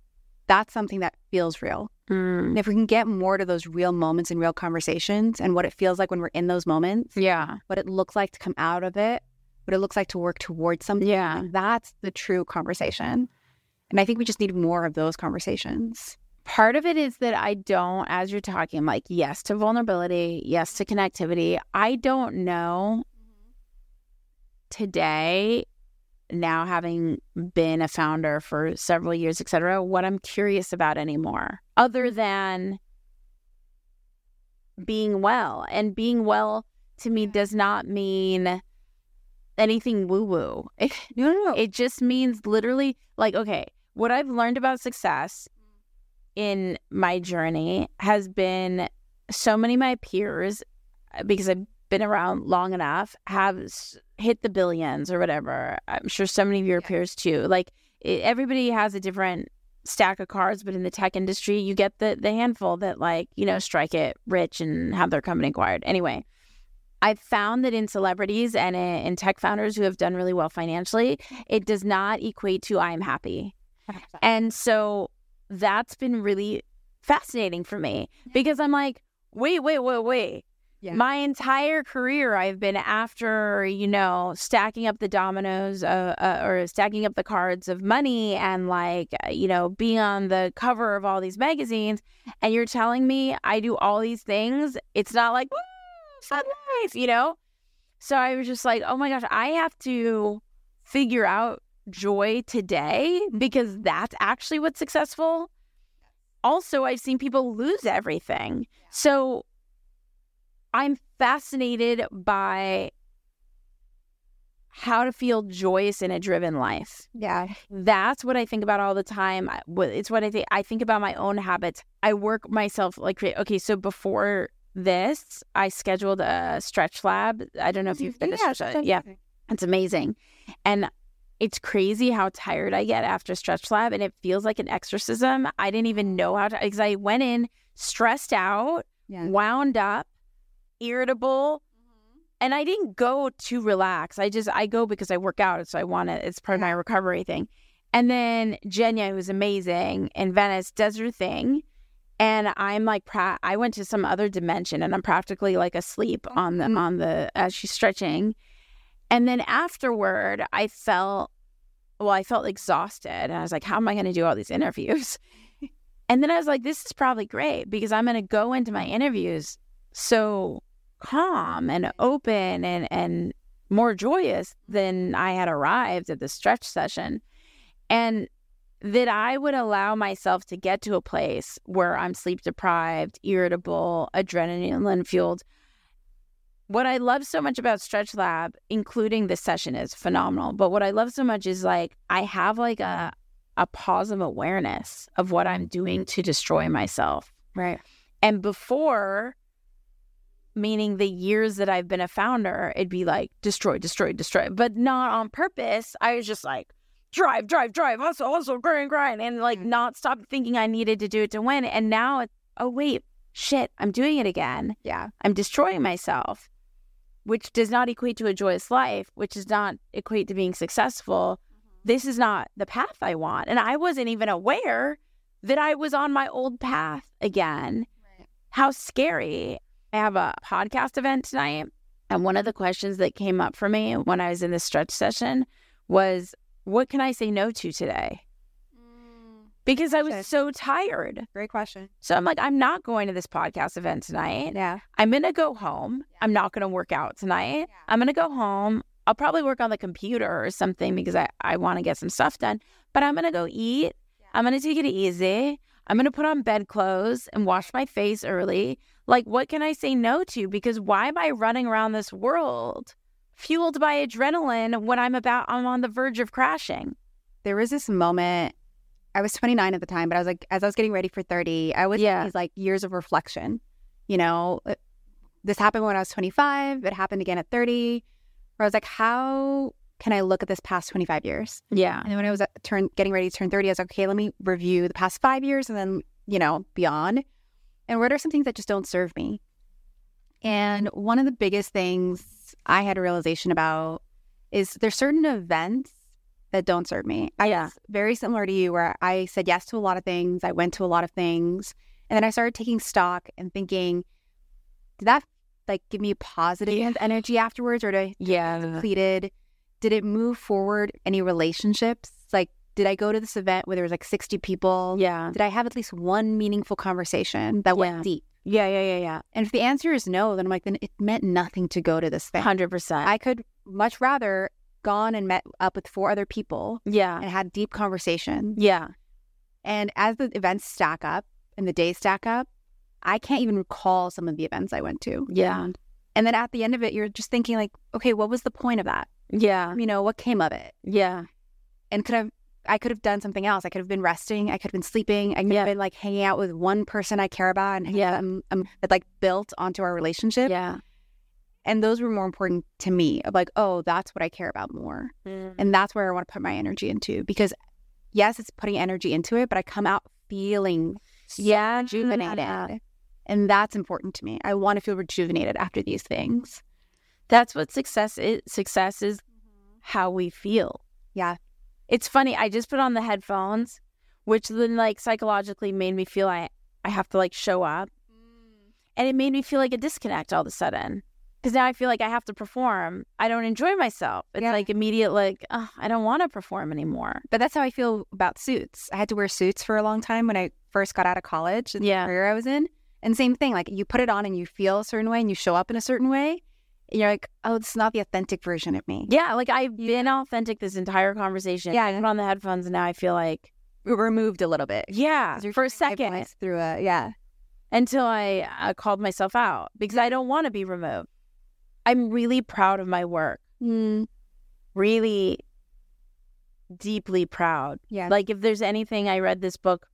Speaker 5: that's something that feels real.
Speaker 2: Mm.
Speaker 5: And if we can get more to those real moments and real conversations and what it feels like when we're in those moments,
Speaker 2: yeah,
Speaker 5: what it looks like to come out of it, what it looks like to work towards something,
Speaker 2: Yeah.
Speaker 5: that's the true conversation. And I think we just need more of those conversations.
Speaker 2: part of it is that I don't, as you're talking, I'm like, yes to vulnerability, yes to connectivity. I don't know today, now having been a founder for several years, et cetera, what I'm curious about anymore, other than being well. And being well to me does not mean anything woo woo.
Speaker 5: No, no, no.
Speaker 2: It just means literally, like, okay, what I've learned about success in my journey has been so many of my peers, uh, because I've been around long enough, have s- hit the billions or whatever. I'm sure so many of your peers too. Like, it, everybody e, has a different stack of cards, but in the tech industry, you get the the handful that like, you know, strike it rich and have their company acquired. Anyway, I've found that in celebrities and in, in tech founders who have done really well financially, it does not equate to I'm happy. And so that's been really fascinating for me because I'm like, wait, wait, wait, wait.
Speaker 5: Yeah.
Speaker 2: My entire career, I've been after, you know, stacking up the dominoes uh, uh, or stacking up the cards of money and like, uh, you know, being on the cover of all these magazines. And you're telling me I do all these things. It's not like, woo, so nice, you know? So I was just like, oh my gosh, I have to figure out joy today because that's actually what's successful. Also, I've seen people lose everything. So I'm fascinated by how to feel joyous in a driven life.
Speaker 5: Yeah.
Speaker 2: That's what I think about all the time. I- wh- It's what I think. I think about my own habits. I work myself like cra- okay. So before this, I scheduled a stretch lab. I don't know if you've been to stretch lab. Yeah, it's amazing, and it's crazy how tired I get after stretch lab, and it feels like an exorcism. I didn't even know how to because I went in stressed out,
Speaker 5: Yeah.
Speaker 2: wound up, irritable, and I didn't go to relax. I just I go because I work out, so I want to. It's part of my recovery thing. And then Jenya, who's amazing in Venice, does her thing, and I'm like, pra- I went to some other dimension, and I'm practically like asleep on the
Speaker 5: Mhm.
Speaker 2: on the as she's stretching. And then afterward, I felt well, I felt exhausted, and I was like, how am I going to do all these interviews? and then I was like, this is probably great because I'm going to go into my interviews so calm and open and and more joyous than I had arrived at the stretch session and that I would allow myself to get to a place where I'm sleep deprived, irritable, adrenaline fueled. What I love so much about Stretch Lab, including this session is phenomenal, but what I love so much is like I have like a a pause of awareness of what I'm doing to destroy myself.
Speaker 5: Right.
Speaker 2: And before, meaning the years that I've been a founder, it'd be like destroy, destroy, destroy, but not on purpose. I was just like drive, drive, drive, hustle, hustle, grind, grind, and like
Speaker 5: Mhm.
Speaker 2: not stop thinking I needed to do it to win. And now it's, oh, wait, shit, I'm doing it again.
Speaker 5: Yeah.
Speaker 2: I'm destroying myself, which does not equate to a joyous life, which does not equate to being successful. This is not the path I want. And I wasn't even aware that I was on my old path again. How scary. I have a podcast event tonight. And one of the questions that came up for me when I was in the stretch session was, What can I say no to today? Because I
Speaker 5: Sure.
Speaker 2: was so tired.
Speaker 5: Mm. Great question.
Speaker 2: So I'm like, I'm not going to this podcast event tonight.
Speaker 5: Yeah.
Speaker 2: I'm going to go home. I'm not going to work out tonight.
Speaker 5: Um,
Speaker 2: I'm going to go home. I'll probably work on the computer or something because I, I want to get some stuff done. But I'm going to go eat. I'm going to take it easy. I'm going to put on bed clothes and wash my face early. Like, what can I say no to? Because why am I running around this world fueled by adrenaline when I'm about, I'm on the verge of crashing?
Speaker 5: There was this moment. I was 29 at the time, but I was like, as I was getting ready for 30, I was
Speaker 2: Yeah.
Speaker 5: these like years of reflection. You know, Uh, this happened when I was 25. It happened again at 30. Where I was like, how can I look at this past 25 years?
Speaker 2: Yeah.
Speaker 5: And then when I was at turn getting ready to turn 30, I was like, okay, let me review the past five years and then, you know, beyond. And what are some things that just don't serve me? And one of the biggest things I had a realization about is there's certain events that don't serve me. I
Speaker 2: Yeah.
Speaker 5: very similar to you where I said yes to a lot of things, I went to a lot of things, and then I started taking stock and thinking, did that like give me positive energy afterwards or did I
Speaker 2: Yeah.
Speaker 5: completed? Did it move forward any relationships? Like, did I go to this event where there was like 60 people?
Speaker 2: Yeah.
Speaker 5: Did I have at least one meaningful conversation that
Speaker 2: Yeah.
Speaker 5: went deep?
Speaker 2: Yeah. Yeah. Yeah.
Speaker 5: And if the answer is no, then I'm like, then it meant nothing to go to this
Speaker 2: Yeah.
Speaker 5: thing.
Speaker 2: 100%.
Speaker 5: I could much rather gone and met up with four other people
Speaker 2: yeah.
Speaker 5: and had deep conversations.
Speaker 2: Yeah.
Speaker 5: And as the events stack up and the days stack up, I can't even recall some of the events I went to.
Speaker 2: Yeah.
Speaker 5: And then at the end of it, you're just thinking like, okay, what was the point of that?
Speaker 2: Yeah.
Speaker 5: You know, what came of it?
Speaker 2: Yeah.
Speaker 5: and could have I could have done something else. I could have been resting. I could have been sleeping. I could
Speaker 2: Yeah.
Speaker 5: have been like hanging out with one person I care about and
Speaker 2: Yeah.
Speaker 5: yeah, um, um, that like built onto our relationship.
Speaker 2: Yeah.
Speaker 5: And those were more important to Mm-hmm.
Speaker 2: Mm-hmm.
Speaker 5: me of like, oh, that's what I care about more. And that's where I want to put my energy into because yes, it's putting energy into it, but I come out feeling so
Speaker 2: Mm-hmm. Yeah.
Speaker 5: rejuvenated. And that's important to me. I want to feel rejuvenated after these things.
Speaker 2: That's what success is. Success is how we feel.
Speaker 5: Mm-hmm. Yeah.
Speaker 2: It's funny. I just put on the headphones, which then like psychologically made me feel I I have to like show up,
Speaker 5: Mm.
Speaker 2: and it made me feel like a disconnect all of a sudden because now I feel like I have to perform. I don't enjoy myself. It's
Speaker 5: Yeah.
Speaker 2: like immediate like oh, I don't want to perform anymore.
Speaker 5: But that's how I feel about suits. I had to wear suits for a long time when I first got out of college and
Speaker 2: Yeah.
Speaker 5: the career I was in. And same thing, like you put it on and you feel a certain way and you show up in a certain way. And you're like, oh, this is not the authentic version of me.
Speaker 2: Yeah, like I've been authentic this entire conversation.
Speaker 5: Yeah,
Speaker 2: I put on the headphones and now I feel like
Speaker 5: Re- Removed a little bit.
Speaker 2: yeah
Speaker 5: 'Cause you're
Speaker 2: for
Speaker 5: trying
Speaker 2: a
Speaker 5: to
Speaker 2: second
Speaker 5: hypnotize Through a, yeah.
Speaker 2: until I uh, called myself out because I don't want to be removed. I'm really proud of my work, really deeply proud.
Speaker 5: Yeah.
Speaker 2: Like if there's anything, I read this book,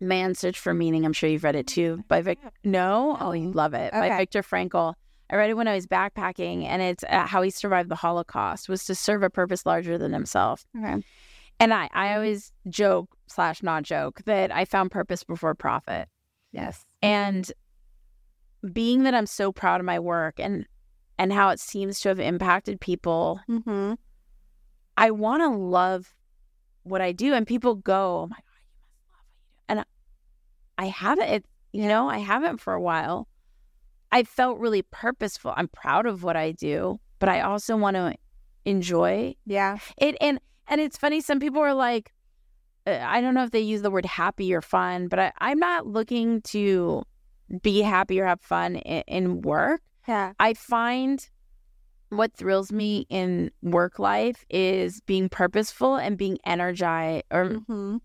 Speaker 2: "Man's Search for Meaning." I'm sure you've read it too. By Vic, no, oh, you love it. By
Speaker 5: Okay.
Speaker 2: Viktor Frankl. I read it when I was backpacking, and it's uh, how he survived the Holocaust was to serve a purpose larger than himself.
Speaker 5: okay. Mm-hmm.
Speaker 2: And I, I always joke slash not joke that I found purpose before profit.
Speaker 5: Yes.
Speaker 2: and being that i'm so proud of my work and and how it seems to have impacted people
Speaker 5: Mm-hmm.
Speaker 2: i want to love what i do and people go oh my god you must love what you do and i haven't it you know i haven't for a while i felt really purposeful i'm proud of what i do but i also want to enjoy
Speaker 5: Yeah.
Speaker 2: it and and it's funny some people are like uh, i don't know if they use the word happy or fun but I, i'm not looking to be happy or have fun in, in work
Speaker 5: Yeah.
Speaker 2: i find what thrills me in work life is being purposeful and being energized or
Speaker 5: Mm-hmm.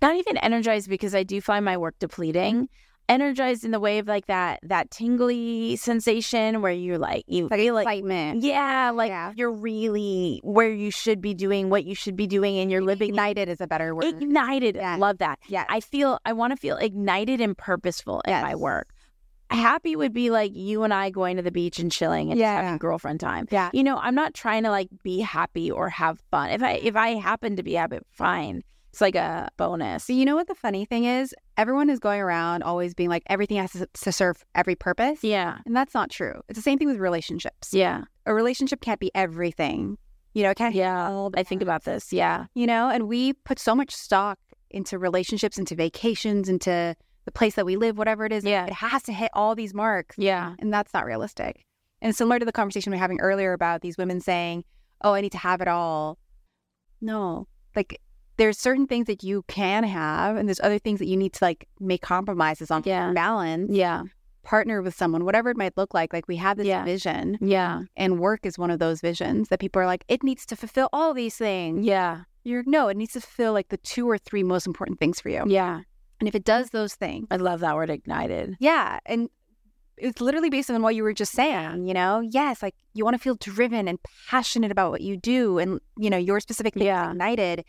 Speaker 2: not even energized because i do find my work depleting energized in the way of like that that tingly sensation where you're like you
Speaker 5: Like
Speaker 2: feel
Speaker 5: excitement.
Speaker 2: yeah, like
Speaker 5: Yeah.
Speaker 2: you're really where you should be doing what you should be doing, and you're living
Speaker 5: Ignited is a better word.
Speaker 2: ignited.
Speaker 5: Yeah.
Speaker 2: Love that.
Speaker 5: yeah.
Speaker 2: I feel I want to feel ignited and purposeful in
Speaker 5: Yes.
Speaker 2: my work. Happy would be like you and I going to the beach and chilling and just
Speaker 5: Yeah.
Speaker 2: having girlfriend time.
Speaker 5: yeah.
Speaker 2: You know, I'm not trying to like be happy or have fun. If I if I happen to be happy, fine. It's like a bonus.
Speaker 5: So you know what the funny thing is? Everyone is going around always being like everything has to, to serve every purpose.
Speaker 2: Yeah.
Speaker 5: And that's not true. It's the same thing with relationships.
Speaker 2: Yeah.
Speaker 5: A relationship can't be everything. You know, it can't
Speaker 2: Yeah.
Speaker 5: all the
Speaker 2: I think
Speaker 5: time.
Speaker 2: about this. Yeah.
Speaker 5: you know, and we put so much stock into relationships, into vacations, into the place that we live, whatever it is.
Speaker 2: Yeah.
Speaker 5: It has to hit all these marks.
Speaker 2: Yeah.
Speaker 5: And that's not realistic. And similar to the conversation we are having earlier about these women saying, Oh, I need to have it all. No. Like there's certain things that you can have and there's other things that you need to like make compromises on
Speaker 2: Yeah.
Speaker 5: balance,
Speaker 2: Yeah.
Speaker 5: partner with someone, whatever it might look like. Like we have this
Speaker 2: Yeah.
Speaker 5: vision
Speaker 2: Yeah.
Speaker 5: and work is one of those visions that people are like, it needs to fulfill all these things.
Speaker 2: Yeah.
Speaker 5: You're no, it needs to fulfill like the two or three most important things for you.
Speaker 2: Yeah.
Speaker 5: And if it does those things,
Speaker 2: I love that word ignited.
Speaker 5: yeah. And it's literally based on what you were just saying, you know? Yes, like you want to feel driven and passionate about what you do and, you know, your specific thing is
Speaker 2: Yeah.
Speaker 5: ignited.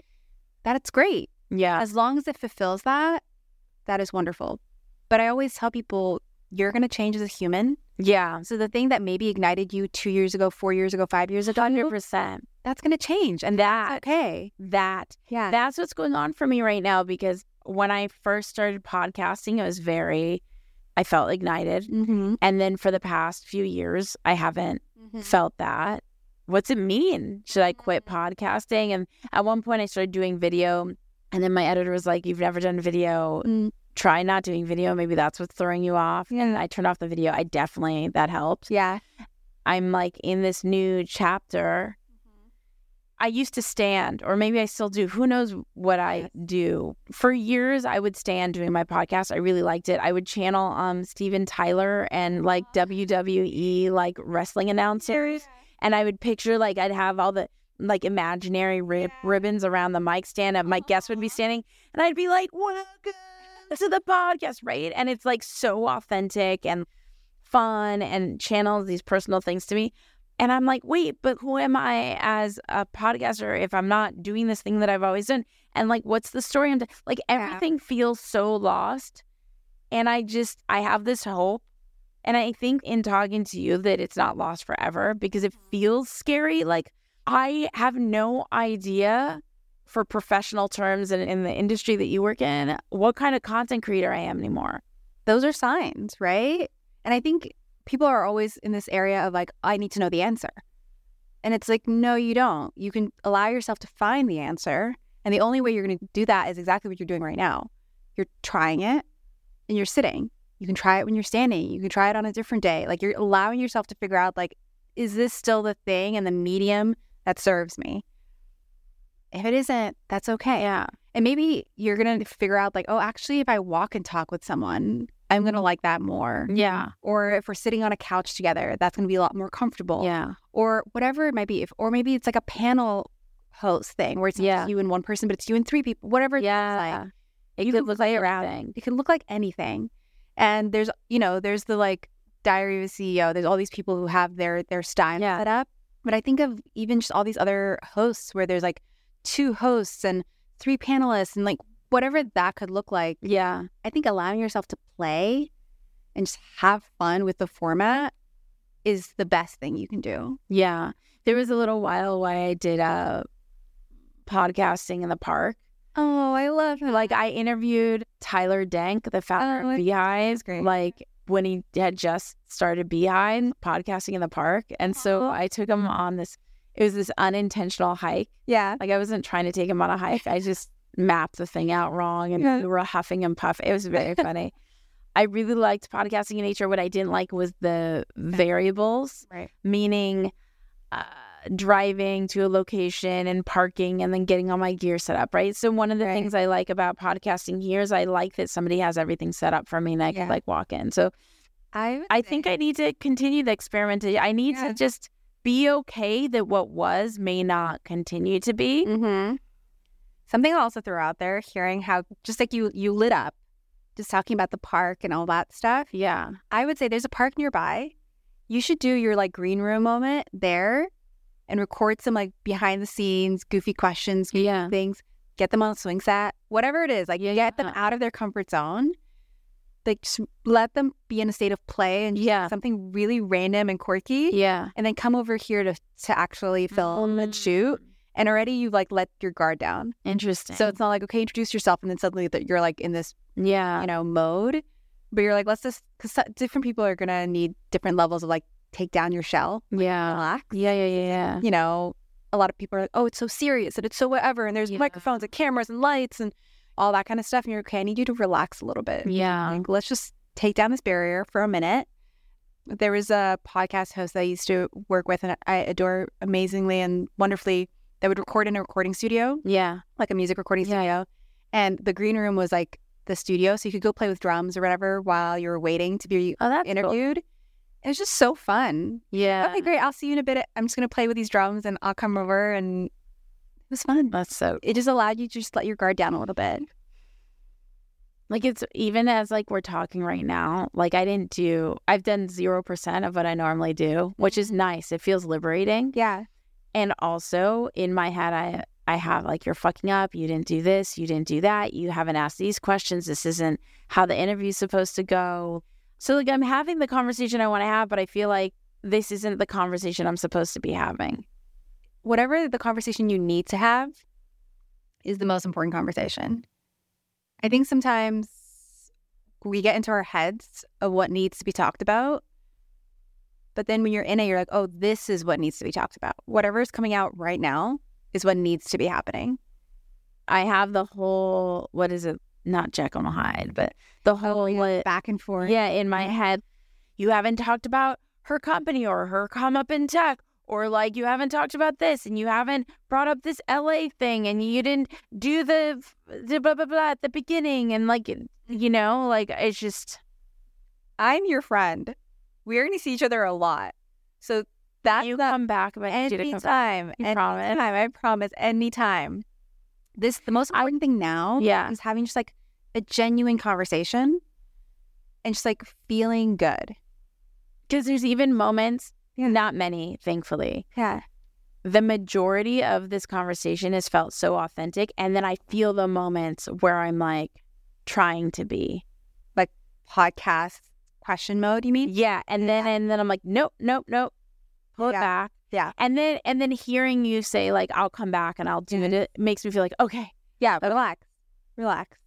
Speaker 5: That it's great.
Speaker 2: Yeah.
Speaker 5: As long as it fulfills that, that is wonderful. But I always tell people, you're going to change as a human.
Speaker 2: Yeah.
Speaker 5: So the thing that maybe ignited you two years ago, four years ago, five years ago,
Speaker 2: Hundred percent.
Speaker 5: that's going to change. And
Speaker 2: And
Speaker 5: that's
Speaker 2: that
Speaker 5: okay.
Speaker 2: that
Speaker 5: Yeah.
Speaker 2: that's what's going on for me right now because when I first started podcasting, it was very I felt ignited.
Speaker 5: mm-hmm.
Speaker 2: And then for the past few years, I haven't felt that. What's it mean? Should I quit podcasting? And at one point I started doing video and then my editor was like, You've never done video.
Speaker 5: Mm.
Speaker 2: Try not doing video. Maybe that's what's throwing you off. And I turned off the video. I definitely that helped.
Speaker 5: Yeah.
Speaker 2: I'm like in this new chapter.
Speaker 5: Mm-hmm.
Speaker 2: I used to stand, or maybe I still do. Who knows what I
Speaker 5: Yes.
Speaker 2: do? For years, I would stand doing my podcast. I really liked it. I would channel um Steven Tyler and like
Speaker 5: Ah.
Speaker 2: WWE like wrestling announcers, and I would picture like I'd have all the like imaginary rib- ribbons around the mic stand up. My guest would be standing, and I'd be like, "Welcome to the podcast," right? And it's like so authentic and fun, and channels these personal things to me. And I'm like, wait, but who am I as a podcaster if I'm not doing this thing that I've always done? And like, what's the story? I'm t- like, everything feels so lost. And I just, I have this hope. And I think in talking to you that it's not lost Mm-hmm. forever because it feels scary. Like, I have no idea for professional terms and in the industry that you work in, what kind of content creator I am anymore.
Speaker 5: Those are signs, right? And I think people are always in this area of like, I need to know the answer. And it's like, no, you don't. You can allow yourself to find the answer. And the only way you're going to do that is exactly what you're doing right now. You're trying it and you're sitting. You can try it when you're standing. You can try it on a different day. Like you're allowing yourself to figure out, like, is this still the thing and the medium that serves me? If it isn't, that's okay.
Speaker 2: Yeah.
Speaker 5: And maybe you're going to figure out, like, oh, actually, if I walk and talk with someone, I'm going to like that more.
Speaker 2: Yeah.
Speaker 5: Or if we're sitting on a couch together, that's going to be a lot more comfortable.
Speaker 2: Yeah.
Speaker 5: Or whatever it might be. If, or maybe it's like a panel host thing where it's not
Speaker 2: Yeah.
Speaker 5: just you and one person, but it's you and three people, whatever it's like.
Speaker 2: Yeah. It
Speaker 5: You
Speaker 2: could
Speaker 5: can
Speaker 2: look
Speaker 5: play
Speaker 2: like
Speaker 5: around.
Speaker 2: anything.
Speaker 5: It can look like anything. And there's, you know, there's the like diary of a CEO. There's all these people who have their their style
Speaker 2: Yeah.
Speaker 5: set up. But I think of even just all these other hosts where there's like two hosts and three panelists and like whatever that could look like.
Speaker 2: Yeah.
Speaker 5: I think allowing yourself to play and just have fun with the format is the best thing you can do.
Speaker 2: Yeah. There was a little while when I did uh, podcasting in the park.
Speaker 5: Oh, I love
Speaker 2: Like I interviewed Tyler Denk, the founder
Speaker 5: Oh,
Speaker 2: of
Speaker 5: that's
Speaker 2: Beehive,
Speaker 5: great.
Speaker 2: like when he had just started Beehive podcasting in the park. And so I took him
Speaker 5: Mm-hmm.
Speaker 2: on this. It was this unintentional hike.
Speaker 5: yeah.
Speaker 2: Like I wasn't trying to take him on a hike. I just mapped the thing out wrong, and
Speaker 5: Yeah.
Speaker 2: we were huffing and puff. It was very funny. I really liked podcasting in nature. What I didn't like was the variables,
Speaker 5: Right.
Speaker 2: meaning uh, driving to a location and parking, and then getting all my gear set up. Right. So one of the
Speaker 5: Right.
Speaker 2: things I like about podcasting here is I like that somebody has everything set up for me, and I
Speaker 5: Yeah.
Speaker 2: can like walk in. So
Speaker 5: I would
Speaker 2: I
Speaker 5: say-
Speaker 2: think I need to continue the experimentation. I need
Speaker 5: Yeah.
Speaker 2: to just be okay that what was may not continue to be.
Speaker 5: Mm-hmm. Something I'll also throw out there, hearing how just like you you lit up, just talking about the park and all that stuff.
Speaker 2: Yeah.
Speaker 5: I would say there's a park nearby. You should do your like green room moment there, and record some like behind the scenes goofy questions, goofy
Speaker 2: Yeah.
Speaker 5: things. Get them on a swing set, whatever it is. Like get them
Speaker 2: Yeah.
Speaker 5: out of their comfort zone. Like just let them be in a state of play and just
Speaker 2: Yeah.
Speaker 5: something really random and quirky,
Speaker 2: Yeah. Mm.
Speaker 5: and then come over here to to actually film and shoot. And already you've like let your guard down.
Speaker 2: Interesting.
Speaker 5: So it's not like okay, introduce yourself, and then suddenly that you're like in this
Speaker 2: yeah.
Speaker 5: you know mode, but you're like let's just because different people are gonna need different levels of like take down your shell,
Speaker 2: Yeah.
Speaker 5: relax.
Speaker 2: Yeah. Yeah. Yeah. Yeah.
Speaker 5: You know, a lot of people are like oh it's so serious and it's so whatever, and there's
Speaker 2: Yeah.
Speaker 5: microphones and cameras and lights and all that kind of stuff, and you're okay. I need you to relax a little bit.
Speaker 2: Yeah.
Speaker 5: Like, let's just take down this barrier for a minute. There was a podcast host that I used to work with, and I adore amazingly and wonderfully. That would record in a recording studio,
Speaker 2: Yeah.
Speaker 5: like a music recording
Speaker 2: Yeah.
Speaker 5: studio. And the green room was like the studio. So you could go play with drums or whatever while you were waiting to be
Speaker 2: Oh, that's cool.
Speaker 5: interviewed. It was just so fun.
Speaker 2: Yeah.
Speaker 5: Okay, great. I'll see you in a bit. I'm just going to play with these drums and I'll come over. And it was fun.
Speaker 2: That's so
Speaker 5: It just allowed you to just let your guard down a little bit.
Speaker 2: like it's even as like we're talking right now. Like I didn't do. I've done zero percent of what I normally do, which is nice. It feels liberating.
Speaker 5: Yeah.
Speaker 2: And also in my head, I I have like you're fucking up. You didn't do this. You didn't do that. You haven't asked these questions. This isn't how the interview's supposed to go. So like I'm having the conversation I want to have, but I feel like this isn't the conversation I'm supposed to be having.
Speaker 5: Whatever the conversation you need to have is the most important conversation. I think sometimes we get into our heads of what needs to be talked about But then when you're in it, you're like, oh, this is what needs to be talked about. Whatever's coming out right now is what needs to be happening.
Speaker 2: I have the whole what is it? Not Jekyll and Hyde, but
Speaker 5: Oh,
Speaker 2: the whole uh, like,
Speaker 5: Back and forth.
Speaker 2: yeah in my head. You haven't talked about her company or her come up in tech, or like you haven't talked about this, and you haven't brought up this LA thing, and you didn't do the, the blah blah blah at the beginning, and like you know, like it's just
Speaker 5: I'm your friend. We're going to see each other a lot. So that's
Speaker 2: you
Speaker 5: not
Speaker 2: come back, but you didn't come back.
Speaker 5: anytime.
Speaker 2: You promise?
Speaker 5: Anytime. I promise. Anytime. This, the most important thing now
Speaker 2: Yeah.
Speaker 5: is having just like a genuine conversation and just like feeling good.
Speaker 2: because there's even moments, not many, thankfully,
Speaker 5: Yeah.
Speaker 2: the majority of this conversation has felt so authentic. And then I feel the moments where I'm like trying to be.
Speaker 5: Podcast question mode, you mean?
Speaker 2: Yeah. And then and then I'm like, nope, nope, nope. Pull it
Speaker 5: Yeah.
Speaker 2: back.
Speaker 5: Yeah.
Speaker 2: And then and then hearing you say like I'll come back and I'll do it, it makes me feel like okay,
Speaker 5: Yeah, relax. Relax.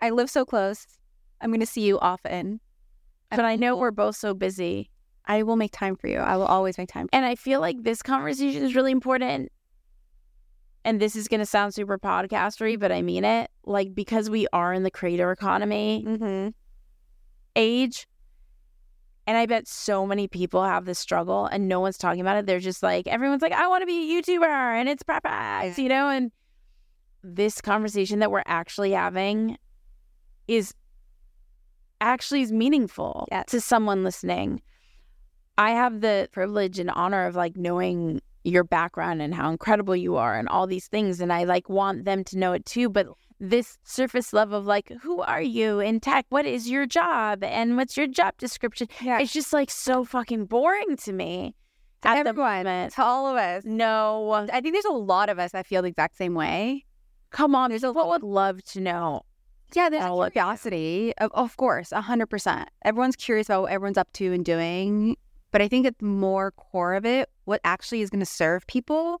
Speaker 5: I live so close. I'm going to see you often.
Speaker 2: but I know we're both so busy.
Speaker 5: I will make time for you. I will always make time. For
Speaker 2: And I feel like this conversation is really important. And this is going to sound super podcastery, but I mean it. Like because we are in the creator economy,
Speaker 5: you. Mm-hmm.
Speaker 2: age and I bet so many people have this struggle and no one's talking about it. They're just like, everyone's like, I want to be a YouTuber and it's perfect, you know? And this conversation that we're actually having is actually is meaningful
Speaker 5: Yes.
Speaker 2: to someone listening. I have the privilege and honor of like knowing your background and how incredible you are and all these things. And I like want them to know it too. But this surface level of like, who are you in tech? What is your job? And what's your job description?
Speaker 5: Yeah.
Speaker 2: It's just like so fucking boring to me
Speaker 5: To
Speaker 2: at the
Speaker 5: everyone.
Speaker 2: moment.
Speaker 5: To all of us.
Speaker 2: No,
Speaker 5: I think there's a lot of us that feel the exact same way.
Speaker 2: come on. There's a people would love to know.
Speaker 5: Yeah, there's
Speaker 2: All
Speaker 5: a
Speaker 2: of you.
Speaker 5: curiosity. Of, of course, 100%. Everyone's curious about what everyone's up to and doing. But I think at the more core of it, what actually is going to serve people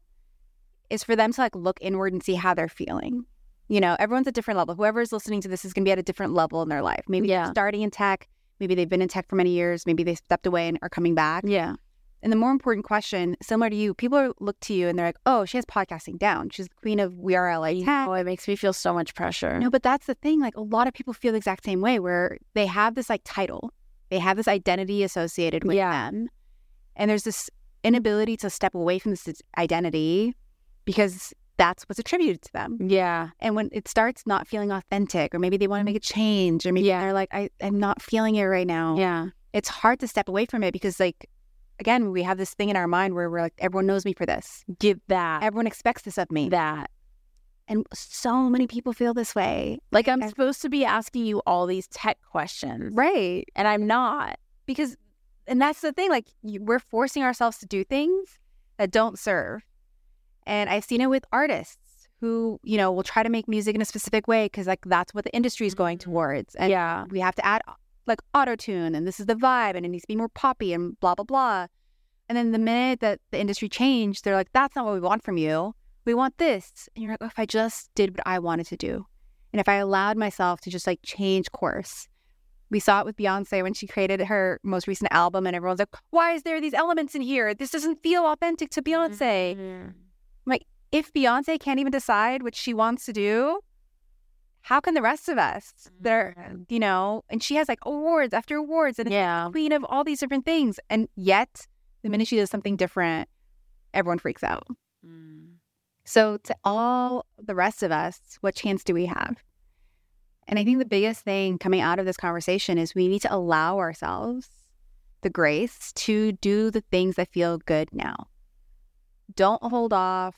Speaker 5: is for them to like look inward and see how they're feeling. You know, everyone's at different level. Whoever's listening to this is going to be at a different level in their life. Maybe they're
Speaker 2: Yeah.
Speaker 5: starting in tech. Maybe they've been in tech for many years. Maybe they stepped away and are coming back.
Speaker 2: Yeah.
Speaker 5: And the more important question, similar to you, people are, look to you and they're like, oh, she has podcasting down. She's the queen of We Are LA Tech.
Speaker 2: Oh, it makes me feel so much pressure.
Speaker 5: No, but that's the thing. Like a lot of people feel the exact same way where they have this like title, they have this identity associated with
Speaker 2: Yeah.
Speaker 5: them. And there's this inability to step away from this identity because that's what's attributed to them.
Speaker 2: Yeah.
Speaker 5: And when it starts not feeling authentic, or maybe they want to make a change, or maybe
Speaker 2: Mm. Yeah.
Speaker 5: they're like, I, I'm not feeling it right now.
Speaker 2: Yeah.
Speaker 5: It's hard to step away from it because, like, again, we have this thing in our mind where we're like, everyone knows me for this,
Speaker 2: Give that.
Speaker 5: everyone expects this of me.
Speaker 2: That.
Speaker 5: And so many people feel this way.
Speaker 2: Like I'm
Speaker 5: Ev-
Speaker 2: supposed to be asking you all these tech questions.
Speaker 5: Right.
Speaker 2: And I'm not.
Speaker 5: because and that's the thing like you, we're forcing ourselves to do things that don't serve and i've seen it with artists who you know will try to make music in a specific way because like that's what the industry is going towards and
Speaker 2: yeah.
Speaker 5: we have to add like auto tune and this is the vibe and it needs to be more poppy and blah blah blah and then the minute that the industry changed they're like that's not what we want from you we want this and you're like oh, if i just did what i wanted to do and if i allowed myself to just like change course we saw it with beyonce when she created her most recent album and everyone's like why is there these elements in here this doesn't feel authentic to beyonce if beyonce can't even decide what she wants to do how can the rest of us that are you know, and she has like awards after awards and
Speaker 2: Yeah.
Speaker 5: queen of all these different things. And yet, the minute she does something different, everyone freaks out.
Speaker 1: Mm.
Speaker 5: So, to all the rest of us, what chance do we have? And I think the biggest thing coming out of this conversation is we need to allow ourselves the grace to do the things that feel good now. Don't hold off.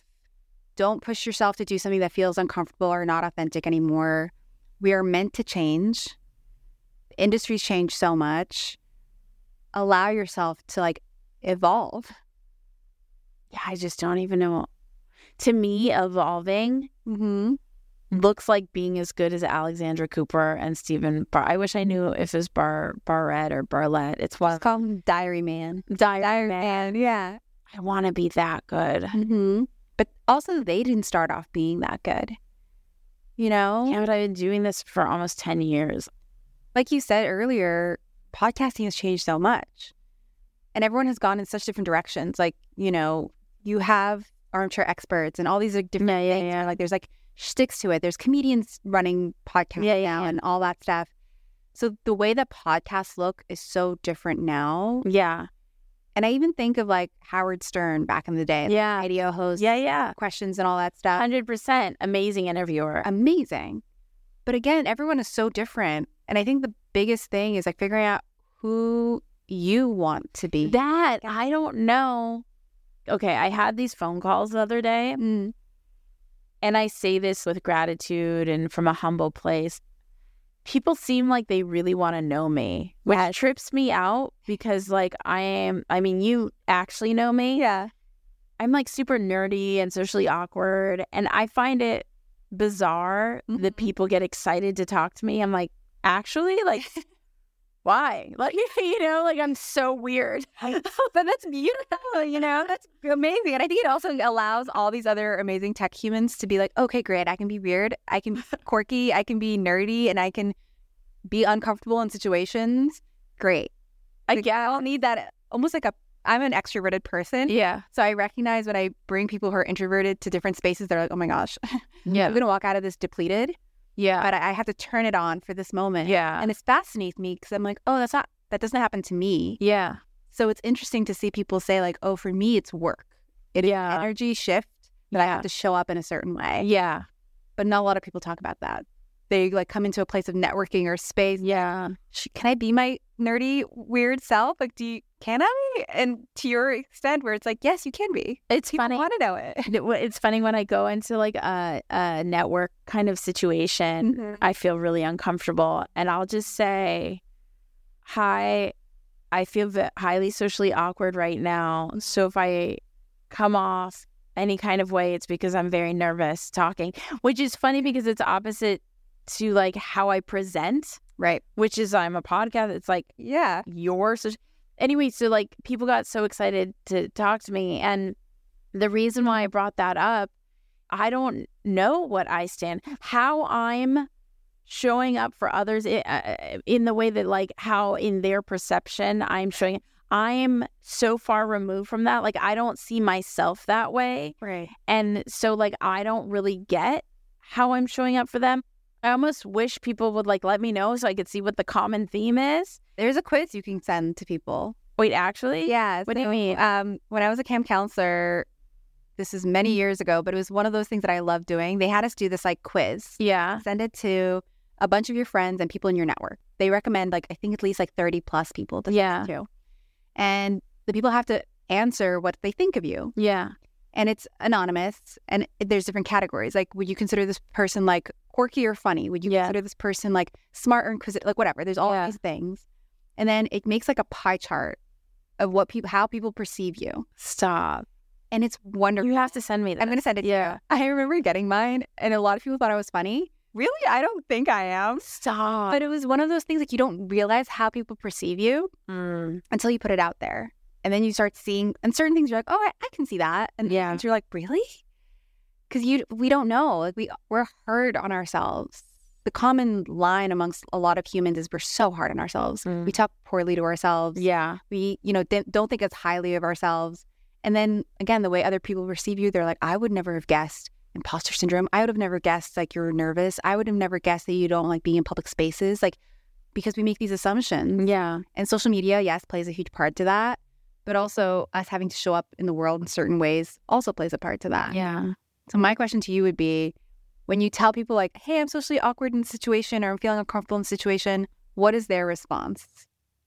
Speaker 5: Don't push yourself to do something that feels uncomfortable or not authentic anymore. We are meant to change. The industry's changed so much. Allow yourself to like evolve.
Speaker 2: Yeah. I just don't even know. To me, evolving
Speaker 5: Mm-hmm.
Speaker 2: looks like being as good as Alexandra Cooper and Stephen Bar. I wish I knew if it's Bar Barrett or Barlett. It's one
Speaker 5: Let's call him Diary Man.
Speaker 2: Dire
Speaker 5: Diary
Speaker 2: Man.
Speaker 5: Man, yeah.
Speaker 2: I want to be that good. Mm-hmm.
Speaker 5: hmm But also, they didn't start off being that good. You know,
Speaker 2: Yeah, but I've been doing this for almost ten years.
Speaker 5: like you said earlier, podcasting has changed so much, and everyone has gone in such different directions. Like, you know, you have armchair experts and all these like, different
Speaker 2: Yeah, yeah,
Speaker 5: things.
Speaker 2: yeah.
Speaker 5: Like, there's like sticks to it. There's comedians running podcasts
Speaker 2: Yeah, yeah,
Speaker 5: now
Speaker 2: yeah.
Speaker 5: and all that stuff. So the way that podcasts look is so different now.
Speaker 2: Yeah,
Speaker 5: And I even think of like Howard Stern back in the day, like,
Speaker 2: yeah,
Speaker 5: radio host,
Speaker 2: yeah, yeah.
Speaker 5: questions and all that stuff.
Speaker 2: Hundred percent amazing interviewer.
Speaker 5: amazing. But again, everyone is so different. And I think the biggest thing is like figuring out who you want to be.
Speaker 2: That I don't know. Okay, I had these phone calls the other day,
Speaker 5: Mm.
Speaker 2: and I say this with gratitude and from a humble place. People seem like they really want to know me, which
Speaker 5: Yes.
Speaker 2: trips me out because, like, I am, I mean, you actually know me.
Speaker 5: Yeah.
Speaker 2: I'm like super nerdy and socially awkward. And I find it bizarre that
Speaker 5: Mhm.
Speaker 2: Mm-hmm. people get excited to talk to me. I'm like, actually, like, why? Like, you know, like I'm so weird.
Speaker 5: but that's beautiful, you know? That's amazing. And I think it also allows all these other amazing tech humans to be like, okay, great. I can be weird. I can be quirky. I can be nerdy and I can be uncomfortable in situations. Great.
Speaker 2: I
Speaker 5: Like,
Speaker 2: guess.
Speaker 5: I all need that almost like a, I'm an extroverted person.
Speaker 2: Yeah.
Speaker 5: So I recognize when I bring people who are introverted to different spaces, they're like, oh my gosh, I'm
Speaker 2: Yeah.
Speaker 5: going to walk out of this depleted,
Speaker 2: Yeah.
Speaker 5: but I I have to turn it on for this moment.
Speaker 2: Yeah.
Speaker 5: And it fascinates me because I'm like, oh, that's not, that doesn't happen to me.
Speaker 2: yeah.
Speaker 5: So it's interesting to see people say like, "Oh, for me, it's work. It is
Speaker 2: Yeah.
Speaker 5: energy shift that I have to show up in a certain way."
Speaker 2: Yeah.
Speaker 5: But not a lot of people talk about that. They like come into a place of networking or space.
Speaker 2: Yeah.
Speaker 5: "Sh- Can I be my nerdy, weird self? Like, do you can I? And to your extent, where it's like, yes, you can be.
Speaker 2: It's
Speaker 5: People
Speaker 2: funny.
Speaker 5: want to know it.
Speaker 2: It- It's funny when I go into like a, a network kind of situation.
Speaker 5: Mhm.
Speaker 2: I feel really uncomfortable. And I'll just say, Hi, I feel ve- highly socially awkward right now. So if I come off any kind of way, it's because I'm very nervous talking, which is funny because it's opposite to like how I present,
Speaker 5: Right.
Speaker 2: which is I'm a podcast. It's like
Speaker 5: Yeah.
Speaker 2: your social. Anyway, so like people got so excited to talk to me. And the reason why I brought that up, I don't know what I stand, how I'm showing up for others i- uh, in the way that, like, how in their perception I'm showing. I'm so far removed from that. Like, I don't see myself that way.
Speaker 5: Right.
Speaker 2: And so like I don't really get how I'm showing up for them. I almost wish people would like let me know so I could see what the common theme is.
Speaker 5: There's a quiz you can send to people.
Speaker 2: Wait, actually?
Speaker 5: Yeah.
Speaker 2: What do you
Speaker 5: so,
Speaker 2: mean?
Speaker 5: Um, when I was a camp counselor, this is many
Speaker 2: Mm-hmm.
Speaker 5: years ago, but it was one of those things that I loved doing. They had us do this like quiz.
Speaker 2: Yeah.
Speaker 5: Send it to a bunch of your friends and people in your network. They recommend like I think at least like thirty plus people. To
Speaker 2: Yeah.
Speaker 5: To. And the people have to answer what they think of you,
Speaker 2: Yeah.
Speaker 5: and it's anonymous. And there's different categories. Like, would you consider this person like quirky or funny? Would you
Speaker 2: Yeah.
Speaker 5: consider this person like smart or inquisitive? Like whatever. There's all
Speaker 2: Yeah.
Speaker 5: these things, and then it makes like a pie chart of what people how people perceive you
Speaker 2: Stop.
Speaker 5: and it's wonderful.
Speaker 2: You have to send me that.
Speaker 5: I'm gonna send it. to you.
Speaker 2: Yeah.
Speaker 5: I remember getting mine, and a lot of people thought I was funny. Really, I don't think I am.
Speaker 2: Stop.
Speaker 5: But it was one of those things like you don't realize how people perceive you
Speaker 2: Mm.
Speaker 5: until you put it out there, and then you start seeing and certain things. You're like, oh, I, I can see that, and
Speaker 2: Yeah.
Speaker 5: and you're like, really? Because you we don't know. Like we we're hard on ourselves. The common line amongst a lot of humans is we're so hard on ourselves.
Speaker 2: Mm.
Speaker 5: We talk poorly to ourselves
Speaker 2: Yeah.
Speaker 5: we you know th- don't think as highly of ourselves and then again the way other people receive you they're like i would never have guessed imposter syndrome i would have never guessed like you're nervous i would have never guessed that you don't like being in public spaces like because we make these assumptions
Speaker 2: Yeah.
Speaker 5: and social media yes plays a huge part to that but also us having to show up in the world in certain ways also plays a part to that
Speaker 2: Yeah.
Speaker 5: so my question to you would be when you tell people like hey i'm socially awkward in a situation or i'm feeling uncomfortable in a situation what is their response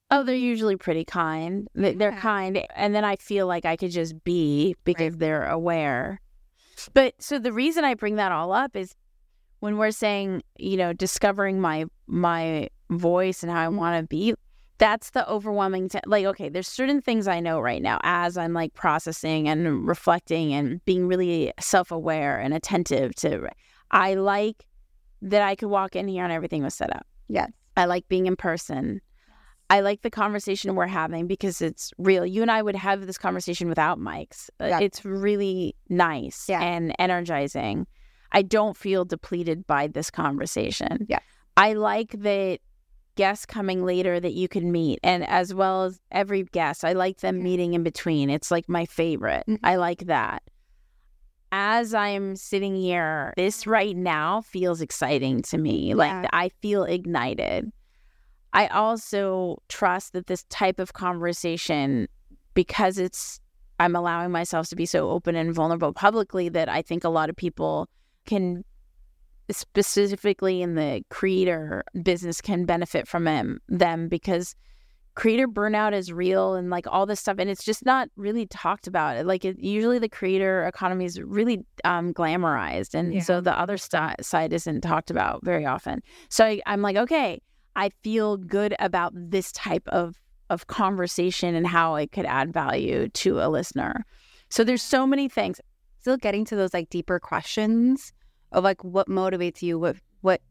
Speaker 2: Oh, they're usually pretty kind. They- They're
Speaker 5: Yeah.
Speaker 2: kind. And then I feel like I could just be because they're aware. But so the reason I bring that all up is when we're saying, you know, discovering my my voice and how I want to be, that's the overwhelming t- like okay, there's certain things I know right now as I'm like processing and reflecting and being really self-aware and attentive to I like that I could walk in here and everything was set up.
Speaker 5: yes
Speaker 2: I like being in person. I like the conversation we're having because it's real. You and I would have this conversation without mics. Uh,
Speaker 5: Yeah.
Speaker 2: It's really nice
Speaker 5: Yeah.
Speaker 2: and energizing. I don't feel depleted by this conversation.
Speaker 5: Yeah.
Speaker 2: I like that guests coming later that you can meet and as well as every guest. I like them
Speaker 5: Yeah.
Speaker 2: meeting in between. It's like my favorite.
Speaker 5: Mhm.
Speaker 2: I like that. As I'm sitting here, this right now feels exciting to me.
Speaker 5: Yeah.
Speaker 2: Like I feel ignited. I also trust that this type of conversation, because it's, I'm allowing myself to be so open and vulnerable publicly that I think a lot of people can, specifically in the creator business, can benefit from them, them because creator burnout is real and like all this stuff. And it's just not really talked about. Like, it, usually the creator economy is really um, glamorized. And
Speaker 3: Yeah.
Speaker 2: so the other sti- side isn't talked about very often. So I, I'm like, okay. I feel good about this type of of conversation and how it could add value to a listener. So there's so many things.
Speaker 5: still getting to those like deeper questions of like what motivates you, what what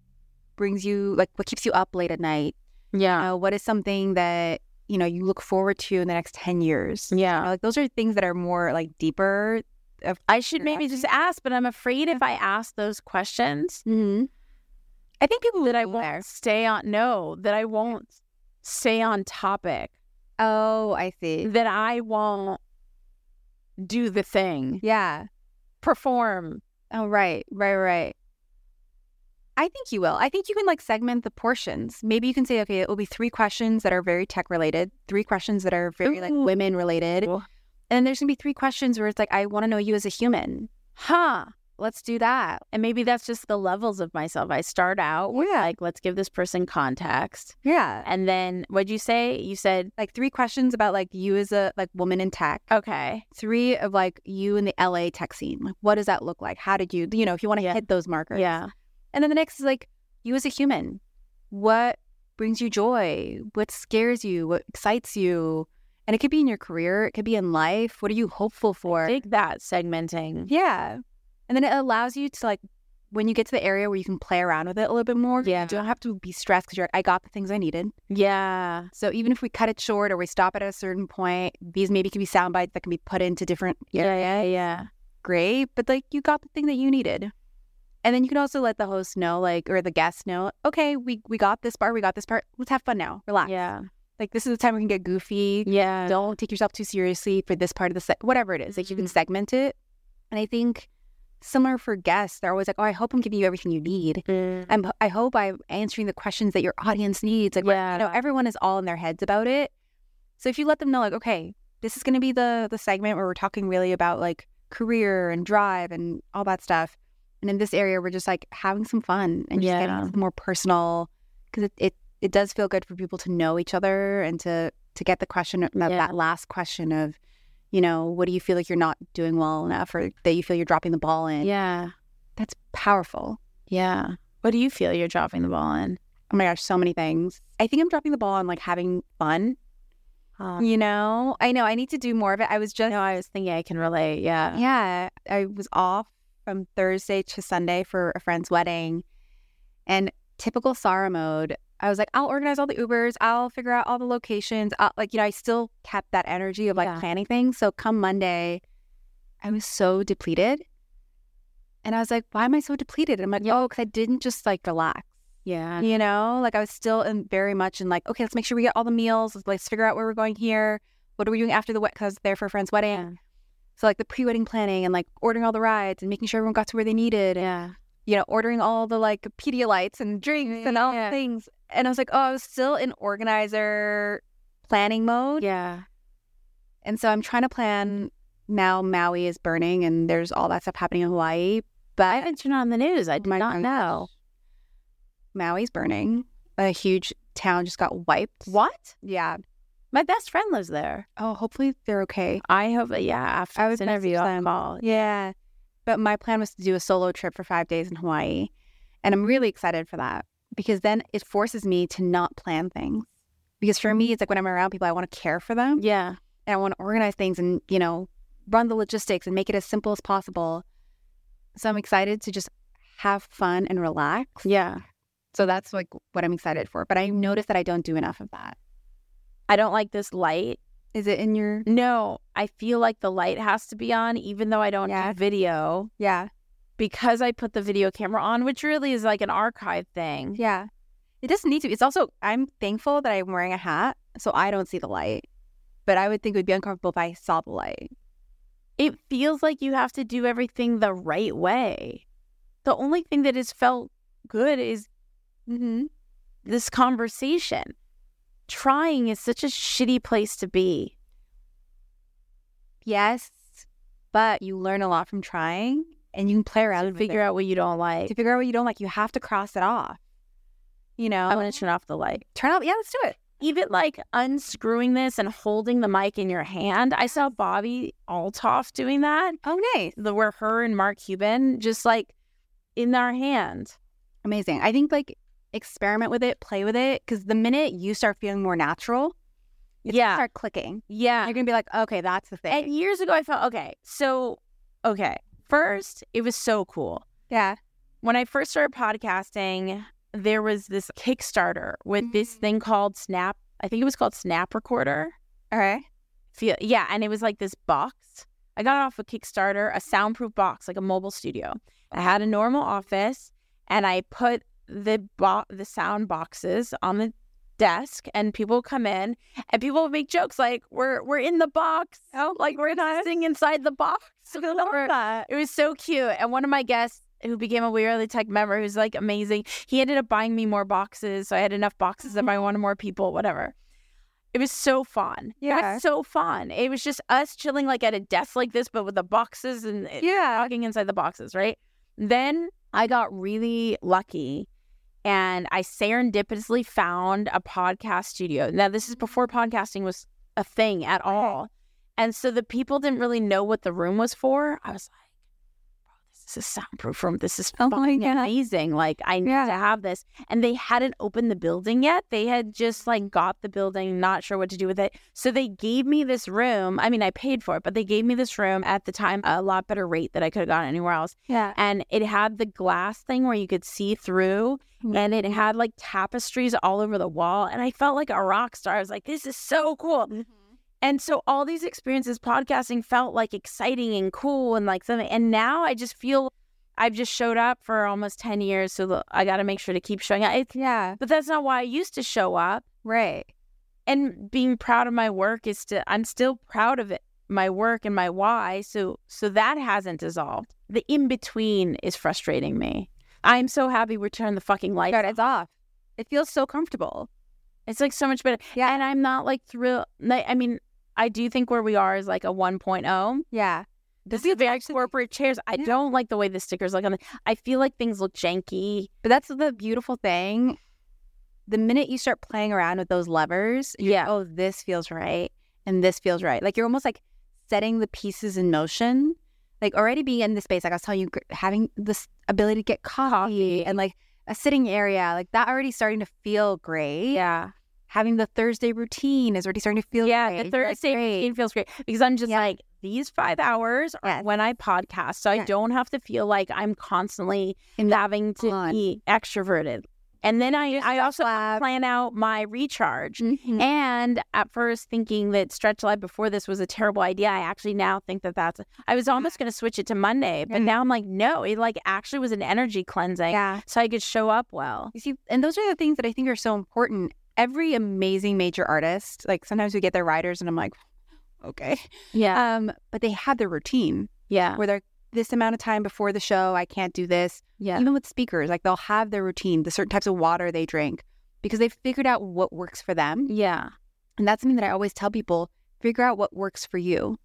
Speaker 5: brings you like what keeps you up late at night,
Speaker 2: Yeah.
Speaker 5: Uh, what is something that you know you look forward to in the next ten years?
Speaker 2: Yeah.
Speaker 5: You know, like those are things that are more like deeper. Of,
Speaker 2: I should maybe just ask, but I'm afraid if I ask those questions
Speaker 5: I think people
Speaker 2: that I
Speaker 5: go
Speaker 2: won't
Speaker 5: there.
Speaker 2: stay on no, that I won't stay on topic.
Speaker 5: Oh, I see.
Speaker 2: That I won't do the thing.
Speaker 5: Yeah.
Speaker 2: Perform.
Speaker 5: Oh, right, right, right. I think you will. I think you can like segment the portions. Maybe you can say, okay, it will be three questions that are very tech related, three questions that are very like
Speaker 2: Ooh.
Speaker 5: women related.
Speaker 2: Cool.
Speaker 5: And then there's gonna be three questions where it's like, I wanna know you as a human.
Speaker 2: Huh.
Speaker 5: Let's do that.
Speaker 2: And maybe that's just the levels of myself. I start out with like, let's give this person context.
Speaker 5: Yeah.
Speaker 2: And then what'd you say? You said,
Speaker 5: Like three questions about like you as a like woman in tech.
Speaker 2: okay.
Speaker 5: Three of like you in the LA tech scene. Like what does that look like? How did you you know, if you wanna
Speaker 2: Yeah.
Speaker 5: hit those markers.
Speaker 2: Yeah.
Speaker 5: And then the next is like you as a human. What brings you joy? What scares you? What excites you? And it could be in your career, it could be in life. What are you hopeful for?
Speaker 2: Dig that segmenting.
Speaker 5: Yeah. And then it allows you to like when you get to the area where you can play around with it a little bit more.
Speaker 2: Yeah.
Speaker 5: You don't have to be stressed because you're like, I got the things I needed.
Speaker 2: Yeah.
Speaker 5: So even if we cut it short or we stop it at a certain point, these maybe can be sound bites that can be put into different
Speaker 2: Yeah. Yeah. Yeah.
Speaker 5: great, but like you got the thing that you needed. And then you can also let the host know, like, or the guest know, okay, we we got this part, we got this part. Let's have fun now. Relax.
Speaker 2: Yeah.
Speaker 5: Like this is the time we can get goofy.
Speaker 2: Yeah.
Speaker 5: Don't take yourself too seriously for this part of the set, whatever it is. Like
Speaker 2: Mm-hmm.
Speaker 5: you can segment it. And I think similar for guests, they're always like, oh, I hope I'm giving you everything you need.
Speaker 2: Mm.
Speaker 5: I'm, I hope I'm answering the questions that your audience needs. Like, yeah. you know, everyone is all in their heads about it. So if you let them know, like, okay, this is going to be the the segment where we're talking really about like career and drive and all that stuff, and in this area we're just like having some fun and just
Speaker 2: Yeah.
Speaker 5: getting into the more personal because it, it it does feel good for people to know each other and to to get the question uh, that,
Speaker 2: Yeah.
Speaker 5: that last question of, you know, what do you feel like you're not doing well enough or that you feel you're dropping the ball in?
Speaker 2: Yeah.
Speaker 5: that's powerful.
Speaker 2: Yeah. What do you feel you're dropping the ball in?
Speaker 5: oh my gosh, so many things. I think I'm dropping the ball on like having fun.
Speaker 2: Uh,
Speaker 5: You know, I know I need to do more of it. I was just,
Speaker 2: no, I was thinking I can relate. Yeah.
Speaker 5: yeah, I was off from Thursday to Sunday for a friend's wedding. And typical Sarah mode, I was like, I'll organize all the Ubers, I'll figure out all the locations. I'll, like, you know, I still kept that energy of like
Speaker 2: Yeah.
Speaker 5: planning things. So come Monday, I was so depleted. And I was like, why am I so depleted? And I'm like, oh, because I didn't just like relax.
Speaker 2: Yeah.
Speaker 5: you know like i was still in very much in like okay let's make sure we get all the meals let's, let's figure out where we're going here what are we doing after the wedding because i was there for a friend's wedding
Speaker 2: Yeah.
Speaker 5: so like the pre-wedding planning and like ordering all the rides and making sure everyone got to where they needed and
Speaker 2: Yeah.
Speaker 5: you know ordering all the like pedialites and drinks and all the
Speaker 2: Yeah.
Speaker 5: things and i was like oh i was still in organizer planning mode
Speaker 2: Yeah.
Speaker 5: and so i'm trying to plan now maui is burning and there's all that stuff happening in hawaii but
Speaker 2: I haven't turned on the news. I
Speaker 5: Oh
Speaker 2: did
Speaker 5: my
Speaker 2: not
Speaker 5: gosh.
Speaker 2: know.
Speaker 5: Maui's burning. A huge town just got wiped.
Speaker 2: What?
Speaker 5: Yeah.
Speaker 2: My best friend lives there.
Speaker 5: Oh, hopefully they're okay.
Speaker 2: I hope. Yeah. After
Speaker 5: I
Speaker 2: this
Speaker 5: would message
Speaker 2: interview, I'll
Speaker 5: them.
Speaker 2: call.
Speaker 5: Yeah. But my plan was to do a solo trip for five days in Hawaii. And I'm really excited for that because then it forces me to not plan things. Because for me, it's like when I'm around people, I want to care for them
Speaker 2: Yeah.
Speaker 5: and I want to organize things and, you know, run the logistics and make it as simple as possible. So I'm excited to just have fun and relax.
Speaker 2: Yeah.
Speaker 5: So that's like what I'm excited for. But I noticed that I don't do enough of that.
Speaker 2: I don't like this light.
Speaker 5: Is it in your
Speaker 2: No, I feel like the light has to be on, even though I don't
Speaker 5: Yeah.
Speaker 2: do video,
Speaker 5: Yeah.
Speaker 2: because I put the video camera on, which really is like an archive thing.
Speaker 5: Yeah. It doesn't need to. It's also I'm thankful that I'm wearing a hat, so I don't see the light. But I would think it would be uncomfortable if I saw the light.
Speaker 2: it feels like you have to do everything the right way. The only thing that has felt good is
Speaker 5: Mm-hmm.
Speaker 2: this conversation. Trying is such a shitty place to be.
Speaker 5: Yes. But you learn a lot from trying and you can play around
Speaker 2: To
Speaker 5: and
Speaker 2: figure out what you don't like.
Speaker 5: to figure out what you don't like. You have to cross it off. You know?
Speaker 2: I want to turn off the light.
Speaker 5: turn out yeah, let's do it.
Speaker 2: Even like unscrewing this and holding the mic in your hand. I saw Bobby Altoff doing that.
Speaker 5: Oh nice.
Speaker 2: The where her and Mark Cuban just like in our hand.
Speaker 5: Amazing. I think like experiment with it, play with it, because the minute you start feeling more natural, it's gonna
Speaker 2: Yeah.
Speaker 5: start clicking.
Speaker 2: Yeah.
Speaker 5: You're gonna be like, okay, that's the thing.
Speaker 2: Uh, And years ago I felt okay. So okay. First, it was so cool.
Speaker 5: yeah.
Speaker 2: when I first started podcasting, there was this Kickstarter with this
Speaker 5: Mm.
Speaker 2: thing called Snap. I think it was called Snap Recorder.
Speaker 5: All right.
Speaker 2: Feel, yeah, and it was like this box. I got it off of Kickstarter, a soundproof box, like a mobile studio. I had a normal office, and I put the bo- the sound boxes on the desk, and people would come in, and people would make jokes like, "We're we're in the box,
Speaker 5: Oh,
Speaker 2: like we're not sitting inside the box."
Speaker 5: I love that.
Speaker 2: It was so cute. And one of my guests who became a We Are the Tech member, who's like amazing, he ended up buying me more boxes. So I had enough boxes
Speaker 5: Mm-hmm.
Speaker 2: if I wanted more people, whatever. It was so fun.
Speaker 5: Yeah.
Speaker 2: That's so fun. It was just us chilling like at a desk like this, but with the boxes and it-
Speaker 5: Yeah.
Speaker 2: talking inside the boxes, right? Then I got really lucky and I serendipitously found a podcast studio. Now, this is before podcasting was a thing at all. And so the people didn't really know what the room was for. I was like, bro, this is a soundproof room. This is
Speaker 5: Oh my
Speaker 2: fucking
Speaker 5: God.
Speaker 2: amazing. Like, I need
Speaker 5: Yeah.
Speaker 2: to have this. And they hadn't opened the building yet. They had just like got the building, not sure what to do with it. So they gave me this room. I mean, I paid for it, but they gave me this room at the time a lot better rate that I could have gotten anywhere else
Speaker 5: Yeah.
Speaker 2: and it had the glass thing where you could see through
Speaker 5: Mhm.
Speaker 2: and it had like tapestries all over the wall and i felt like a rock star i was like this is so cool and so all these experiences podcasting felt like exciting and cool and like something and now i just feel i've just showed up for almost 10 years so look, i got to make sure to keep showing up It's
Speaker 5: Yeah.
Speaker 2: but that's not why i used to show up
Speaker 5: Right.
Speaker 2: and being proud of my work is to i'm still proud of it my work and my why so so that hasn't dissolved the in between is frustrating me i'm so happy we turned the fucking lights
Speaker 5: But
Speaker 2: off.
Speaker 5: it's off. It feels so comfortable.
Speaker 2: it's like so much better
Speaker 5: Yeah.
Speaker 2: and i'm not like thrilled like, i mean i do think where we are is like a 1.0
Speaker 5: Yeah.
Speaker 2: this is very corporate chairs i
Speaker 5: Yeah.
Speaker 2: don't like the way the stickers look on the i feel like things look janky
Speaker 5: But that's the beautiful thing. The minute you start playing around with those levers, you're,
Speaker 2: Yeah.
Speaker 5: oh, this feels right and this feels right. Like you're almost like setting the pieces in motion. Like already being in the space, like I was telling you, gr- having this ability to get coffee and like a sitting area, like that already starting to feel great.
Speaker 2: yeah
Speaker 5: Having the Thursday routine is already starting to feel
Speaker 2: yeah
Speaker 5: great.
Speaker 2: the
Speaker 5: You're like,
Speaker 2: thursday
Speaker 5: great.
Speaker 2: routine feels great because i'm just
Speaker 5: Yeah.
Speaker 2: like these five hours are
Speaker 5: Yes.
Speaker 2: when i podcast so i
Speaker 5: Yes.
Speaker 2: don't have to feel like i'm constantly
Speaker 5: In the
Speaker 2: having to
Speaker 5: on.
Speaker 2: be extroverted and then i i also
Speaker 5: lab.
Speaker 2: plan out my recharge
Speaker 5: Mhm.
Speaker 2: and at first thinking that stretch live before this was a terrible idea i actually now think that that's i was almost going to switch it to monday but
Speaker 5: Mhm.
Speaker 2: now i'm like no it like actually was an energy cleansing
Speaker 5: yeah.
Speaker 2: so i could show up well
Speaker 5: You see, and those are the things that I think are so important. Every amazing major artist, like sometimes we get their riders, and I'm like, okay,
Speaker 2: yeah
Speaker 5: um, but they have their routine
Speaker 2: yeah
Speaker 5: where they're this amount of time before the show, I can't do this.
Speaker 2: yeah
Speaker 5: Even with speakers, like they'll have their routine, the certain types of water they drink, because they've figured out what works for them.
Speaker 2: yeah
Speaker 5: And that's something that I always tell people: figure out what works for you.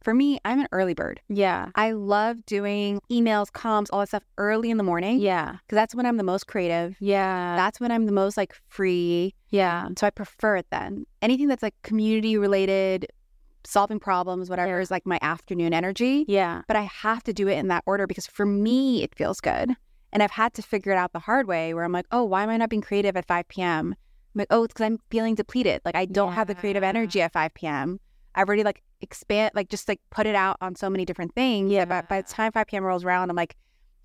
Speaker 5: For me, I'm an early bird.
Speaker 2: yeah
Speaker 5: I love doing emails, comms, all that stuff early in the morning because
Speaker 2: yeah
Speaker 5: that's when I'm the most creative.
Speaker 2: yeah
Speaker 5: That's when I'm the most like free.
Speaker 2: yeah
Speaker 5: Um, So I prefer it then. Anything that's like community related, solving problems, whatever
Speaker 2: Yeah.
Speaker 5: is like my afternoon energy.
Speaker 2: yeah
Speaker 5: But I have to do it in that order because for me, it feels good. And I've had to figure it out the hard way where I'm like, oh, why am I not being creative at 5 p.m.? I'm like, oh, it's because I'm feeling depleted. Like I don't have the creative
Speaker 3: Yeah.
Speaker 5: energy at 5 p.m. I've already like expand, like just like put it out on so many different things. that By, by the time 5 p.m. rolls around, I'm like,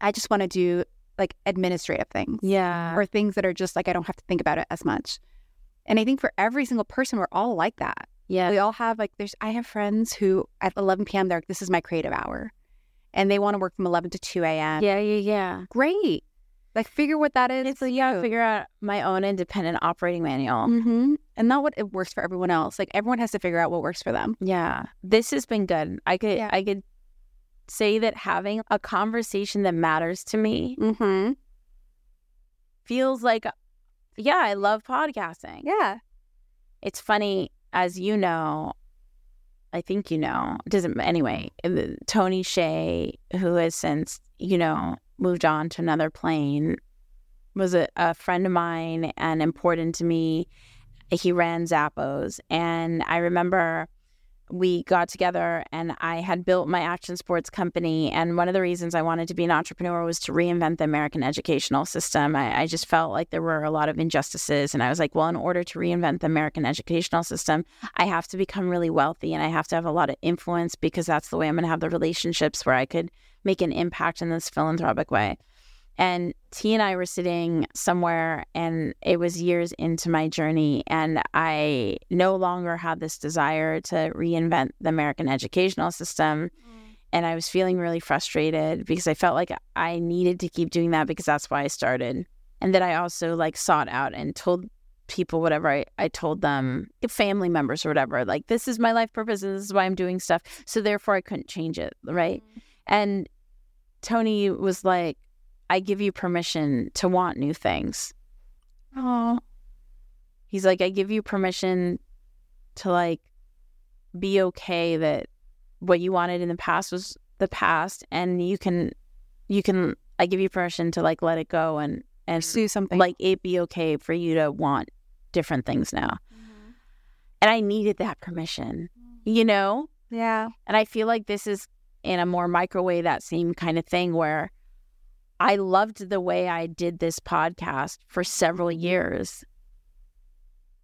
Speaker 5: I just want to do like administrative things
Speaker 2: yeah
Speaker 5: or things that are just like I don't have to think about it as much. And I think for every single person, we're all like that.
Speaker 2: yeah
Speaker 5: We all have like there's I have friends who at 11 p.m. they're like this is my creative hour, and they want to work from 11 to 2 a.m.
Speaker 2: yeah yeah yeah
Speaker 5: great. Like figure what that is.
Speaker 2: It's yeah, figure out my own independent operating manual.
Speaker 5: hmm and not what it works for everyone else. Like everyone has to figure out what works for them.
Speaker 2: Yeah. This has been good. I could
Speaker 5: Yeah.
Speaker 2: I could say that having a conversation that matters to me
Speaker 5: Mm-hmm.
Speaker 2: feels like yeah, I love podcasting.
Speaker 5: Yeah.
Speaker 2: It's funny as you know, I think you know. It doesn't anyway, the- Tony Shea who has since, you know, moved on to another plane was a, a friend of mine and important to me. He ran Zappos. And I remember we got together and I had built my action sports company. And one of the reasons I wanted to be an entrepreneur was to reinvent the American educational system. I, I just felt like there were a lot of injustices. And I was like, well, in order to reinvent the American educational system, I have to become really wealthy and I have to have a lot of influence because that's the way I'm going to have the relationships where I could make an impact in this philanthropic way. And T and I were sitting somewhere, and it was years into my journey, and I no longer had this desire to reinvent the American educational system. And I was feeling really frustrated because I felt like I needed to keep doing that because that's why I started. And that I also like sought out and told people whatever I, I told them, eh, family members or whatever, like this is my life purpose and this is why I'm doing stuff. So therefore I couldn't change it. Right. And Tony was like, I give you permission to want new things. Oh. He's like, I give you permission to like be okay that what you wanted in the past was the past and you can you can I give you permission to like let it go and and
Speaker 5: Pursue something.
Speaker 2: like it be okay for you to want different things now. And I needed that permission, you know?
Speaker 5: yeah.
Speaker 2: And I feel like this is in a more micro way that same kind of thing where I loved the way I did this podcast for several years.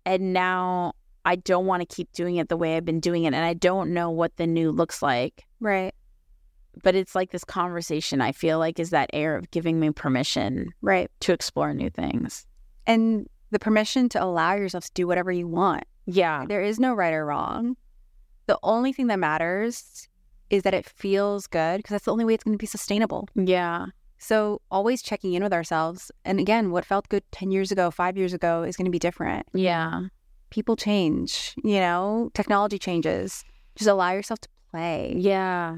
Speaker 2: And now I don't want to keep doing it the way I've been doing it. And I don't know what the new looks like.
Speaker 5: Right.
Speaker 2: But it's like this conversation, I feel like, is that air of giving me permission
Speaker 5: Right.
Speaker 2: to explore new things.
Speaker 5: And the permission to allow yourself to do whatever you want.
Speaker 2: Yeah.
Speaker 5: There is no right or wrong. The only thing that matters is that it feels good because that's the only way it's going to be sustainable.
Speaker 2: Yeah.
Speaker 5: So always checking in with ourselves. And again, what felt good 10 years ago, five years ago is going to be different.
Speaker 2: Yeah.
Speaker 5: People change, you know, technology changes. Just allow yourself to play.
Speaker 2: Yeah.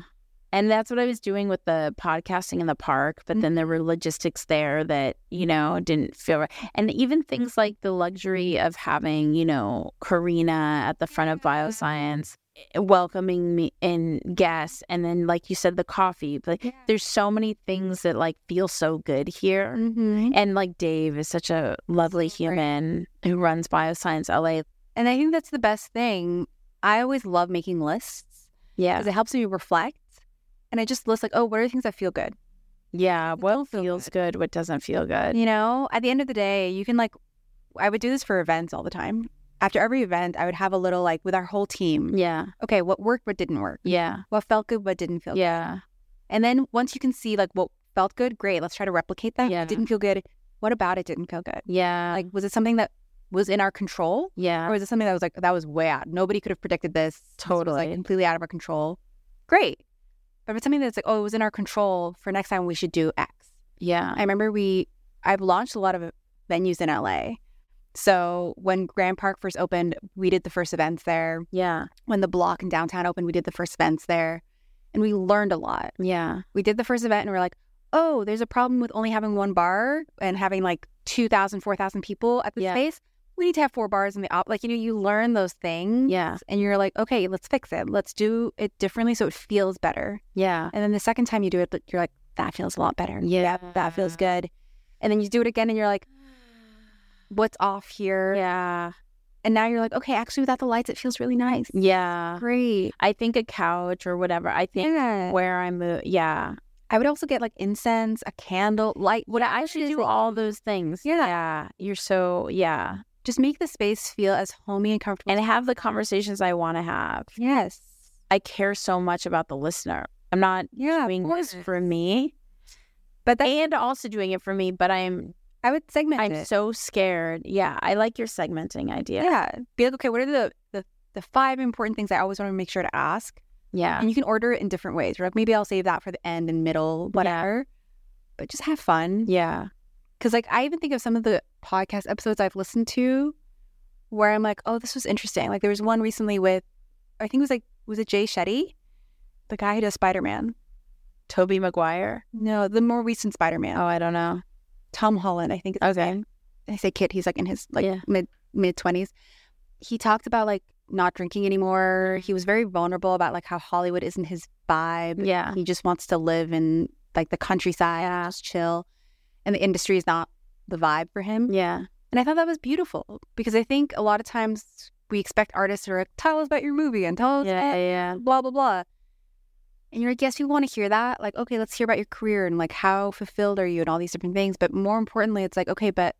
Speaker 2: And that's what I was doing with the podcasting in the park, but then there were logistics there that, you know, didn't feel right. And even things like the luxury of having, you know, Karina at the front of bioscience eh, welcoming me in guests and then like you said the coffee like there's so many things that like feel so good here
Speaker 5: Mm-hmm.
Speaker 2: and like dave is such a lovely human who runs bioscience la
Speaker 5: And I think that's the best thing. I always love making lists
Speaker 2: yeah
Speaker 5: because it helps me reflect. And I just list like, oh, what are the things that feel good?
Speaker 2: yeah what
Speaker 5: don't feel
Speaker 2: feels good what doesn't feel good
Speaker 5: You know, at the end of the day, you can like, I would do this for events all the time. After every event, I would have a little like with our whole team.
Speaker 2: yeah
Speaker 5: Okay, what worked, what didn't work,
Speaker 2: yeah
Speaker 5: what felt good, what didn't feel
Speaker 2: Yeah.
Speaker 5: And then once you can see like what felt good, great, let's try to replicate that.
Speaker 2: Yeah.
Speaker 5: What Didn't feel good. What about it didn't feel good?
Speaker 2: Yeah.
Speaker 5: Like was it something that was in our control? Or
Speaker 2: yeah.
Speaker 5: was it something that was like that was way out? Nobody could have predicted this. This was, like,
Speaker 2: Totally.
Speaker 5: completely out of our control. Great. But if it's something that's like, oh, it was in our control for next time we should do X.
Speaker 2: Yeah.
Speaker 5: I remember we I've launched a lot of venues in LA. So when Grand Park first opened, we did the first events there.
Speaker 2: Yeah.
Speaker 5: When the block in downtown opened, we did the first events there. And we learned a lot
Speaker 2: Yeah.
Speaker 5: we did the first event and we are like, oh, there's a problem with only having one bar and having like 2,000, 4,000 people at the
Speaker 2: Yeah.
Speaker 5: space. We need to have four bars in the op. Like, you know, you learn those things.
Speaker 2: Yeah.
Speaker 5: And you're like, okay, let's fix it. Let's do it differently so it feels better.
Speaker 2: Yeah.
Speaker 5: And then the second time you do it, you're like, that feels a lot better.
Speaker 2: Yeah.
Speaker 5: That, that feels good. And then you do it again and you're like, what's off here?
Speaker 2: Yeah.
Speaker 5: And now you're like, okay, actually, without the lights, it feels really nice.
Speaker 2: Yeah.
Speaker 5: Great.
Speaker 2: I think a couch or whatever. I think
Speaker 5: Yeah.
Speaker 2: where I move. Yeah.
Speaker 5: I would also get like incense, a candle, light.
Speaker 2: What I should do all those things.
Speaker 5: Yeah.
Speaker 2: Yeah. You're so, yeah.
Speaker 5: just make the space feel as homey and comfortable.
Speaker 2: And have the conversations I want to have.
Speaker 5: yes,
Speaker 2: I care so much about the listener. I'm not
Speaker 5: yeah,
Speaker 2: doing this for me
Speaker 5: But that,
Speaker 2: and also doing it for me, but I'm
Speaker 5: I would segment
Speaker 2: I'm
Speaker 5: it.
Speaker 2: so scared. Yeah, I like your segmenting idea.
Speaker 5: yeah. Be like, okay, what are the, the the five important things I always want to make sure to ask?
Speaker 2: Yeah.
Speaker 5: And you can order it in different ways. You're like, maybe I'll save that for the end and middle, whatever. But just have fun.
Speaker 2: Yeah.
Speaker 5: Because like I even think of some of the podcast episodes I've listened to where I'm like, oh, this was interesting. Like there was one recently with, I think it was like, was it Jay Shetty, the guy who does Spider Man?
Speaker 2: Toby Maguire.
Speaker 5: No, the more recent Spider Man.
Speaker 2: Oh, I don't know.
Speaker 5: Tom Holland, I think. Is his
Speaker 2: Okay.
Speaker 5: name. I say kid. He's like in his like
Speaker 2: Yeah.
Speaker 5: mid mid twenties. He talked about like not drinking anymore. He was very vulnerable about like how Hollywood isn't his vibe.
Speaker 2: Yeah.
Speaker 5: He just wants to live in like the countryside, just chill, and the industry is not the vibe for him.
Speaker 2: Yeah.
Speaker 5: And I thought that was beautiful because I think a lot of times we expect artists who are like, tell us about your movie and tell us
Speaker 2: Yeah. Yeah.
Speaker 5: blah blah blah. And you're like, yes, we want to hear that. Like, okay, let's hear about your career and like how fulfilled are you and all these different things. But more importantly, it's like, okay, but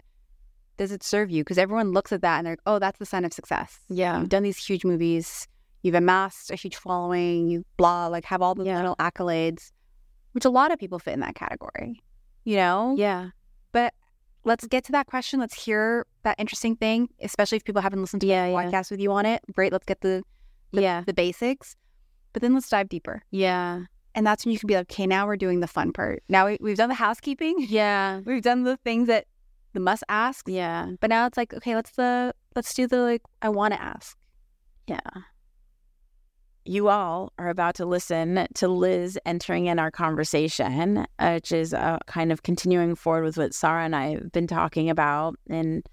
Speaker 5: does it serve you? Because everyone looks at that and they're like, oh, that's the sign of success.
Speaker 2: Yeah.
Speaker 5: You've done these huge movies, you've amassed a huge following, you blah, like have all the
Speaker 2: Yeah.
Speaker 5: little accolades, which a lot of people fit in that category. you know?
Speaker 2: Yeah.
Speaker 5: But let's get to that question. Let's hear that interesting thing, especially if people haven't listened to
Speaker 2: Yeah,
Speaker 5: the
Speaker 2: yeah.
Speaker 5: podcast with you on it. Great. Let's get the, the
Speaker 2: Yeah.
Speaker 5: the basics. But then let's dive deeper.
Speaker 2: Yeah.
Speaker 5: And that's when you can be like, okay, now we're doing the fun part. Now we, we've done the housekeeping.
Speaker 2: Yeah.
Speaker 5: We've done the things that the must ask.
Speaker 2: Yeah.
Speaker 5: But now it's like, okay, let's the let's do the like I want to ask.
Speaker 2: you all are about to listen to Liz entering in our conversation, uh, which is uh, kind of continuing forward with what Sarah and I have been talking about. And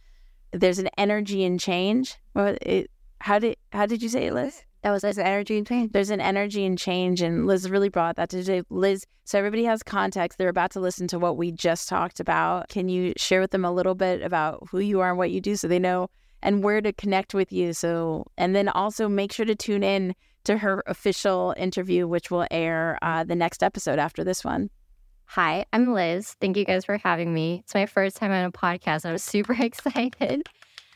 Speaker 2: there's an energy in change. Well, it, how did how did you say it, Liz? That was
Speaker 5: There's an energy and change.
Speaker 2: there's an energy and change, and Liz really brought that to today. Liz, so everybody has context. They're about to listen to what we just talked about. Can you share with them a little bit about who you are and what you do, so they know and where to connect with you? So, and then also make sure to tune in to her official interview, which will air uh, the next episode after this one.
Speaker 6: Hi, I'm Liz. Thank you guys for having me. It's my first time on a podcast. I'm super excited.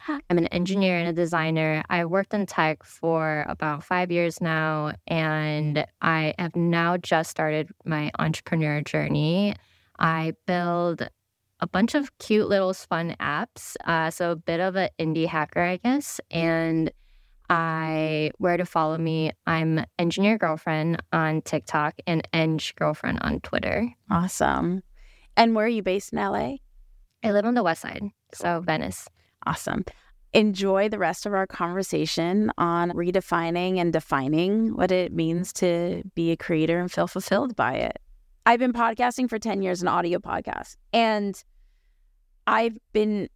Speaker 6: I'm an engineer and a designer. I worked in tech for about five years now, and I have now just started my entrepreneur journey. I build a bunch of cute little fun apps. Uh, so, a bit of an indie hacker, I guess. And I where to follow me. I'm engineer girlfriend on TikTok and eng girlfriend on Twitter.
Speaker 2: Awesome. And where are you based in LA?
Speaker 6: I live on the west side, so Venice.
Speaker 2: Awesome. Enjoy the rest of our conversation on redefining and defining what it means to be a creator and feel fulfilled by it. I've been podcasting for 10 years, an audio podcast, and I've been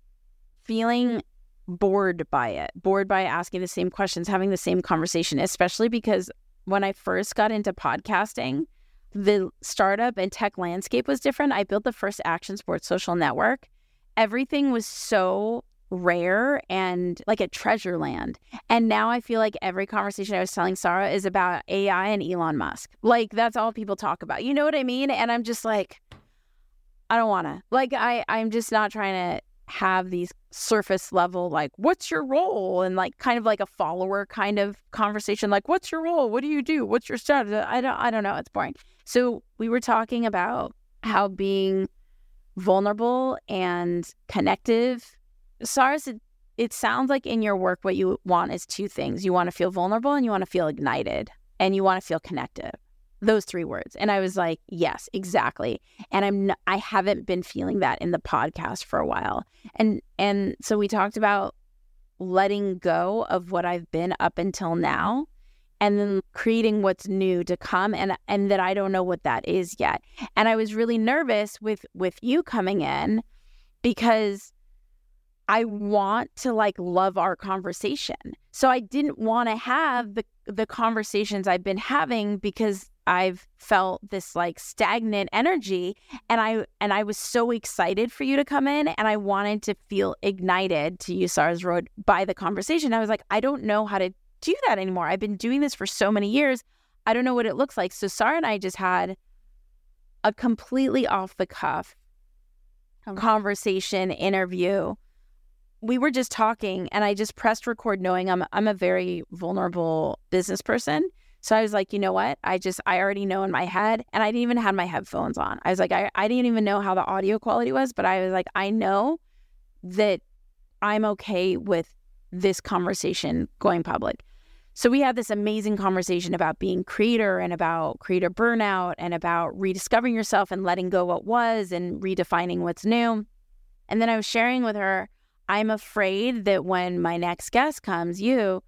Speaker 2: feeling bored by it, bored by asking the same questions, having the same conversation, especially because when I first got into podcasting, the startup and tech landscape was different. I built the first action sports social network. Everything was so rare and like a treasure land. And now I feel like every conversation I was telling Sarah is about AI and Elon Musk. Like that's all people talk about. You know what I mean? And I'm just like, I don't wanna. Like I, I'm just not trying to have these surface level like what's your role and like kind of like a follower kind of conversation like what's your role what do you do what's your status i don't i don't know it's boring so we were talking about how being vulnerable and connective. SARS, it, it sounds like in your work, what you want is two things you want to feel vulnerable and you want to feel ignited and you want to feel connective. Those three words. And I was like, yes, exactly. And I'm n- I haven't been feeling that in the podcast for a while. And and so we talked about letting go of what I've been up until now and then creating what's new to come and and that I don't know what that is yet. And I was really nervous with with you coming in because I want to like love our conversation. So I didn't want to have the the conversations I've been having because I've felt this like stagnant energy and I and I was so excited for you to come in and I wanted to feel ignited to use SARS Road by the conversation. I was like, I don't know how to do that anymore. I've been doing this for so many years. I don't know what it looks like. So Sarah and I just had a completely off the cuff conversation interview. We were just talking and I just pressed record knowing I'm I'm a very vulnerable business person. So I was like, you know what? I just I already know in my head and I didn't even have my headphones on. I was like, I, I didn't even know how the audio quality was, but I was like, I know that I'm okay with this conversation going public. So we had this amazing conversation about being creator and about creator burnout and about rediscovering yourself and letting go what was and redefining what's new. And then I was sharing with her, I'm afraid that when my next guest comes, you,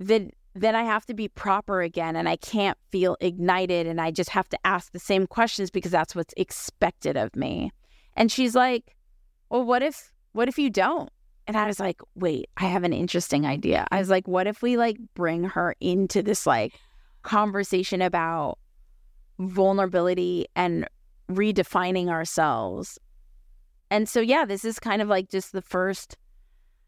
Speaker 2: that then I have to be proper again and I can't feel ignited and I just have to ask the same questions because that's what's expected of me. And she's like, Well, what if what if you don't? And I was like, wait, I have an interesting idea. I was like, what if we like bring her into this like conversation about vulnerability and redefining ourselves? And so yeah, this is kind of like just the first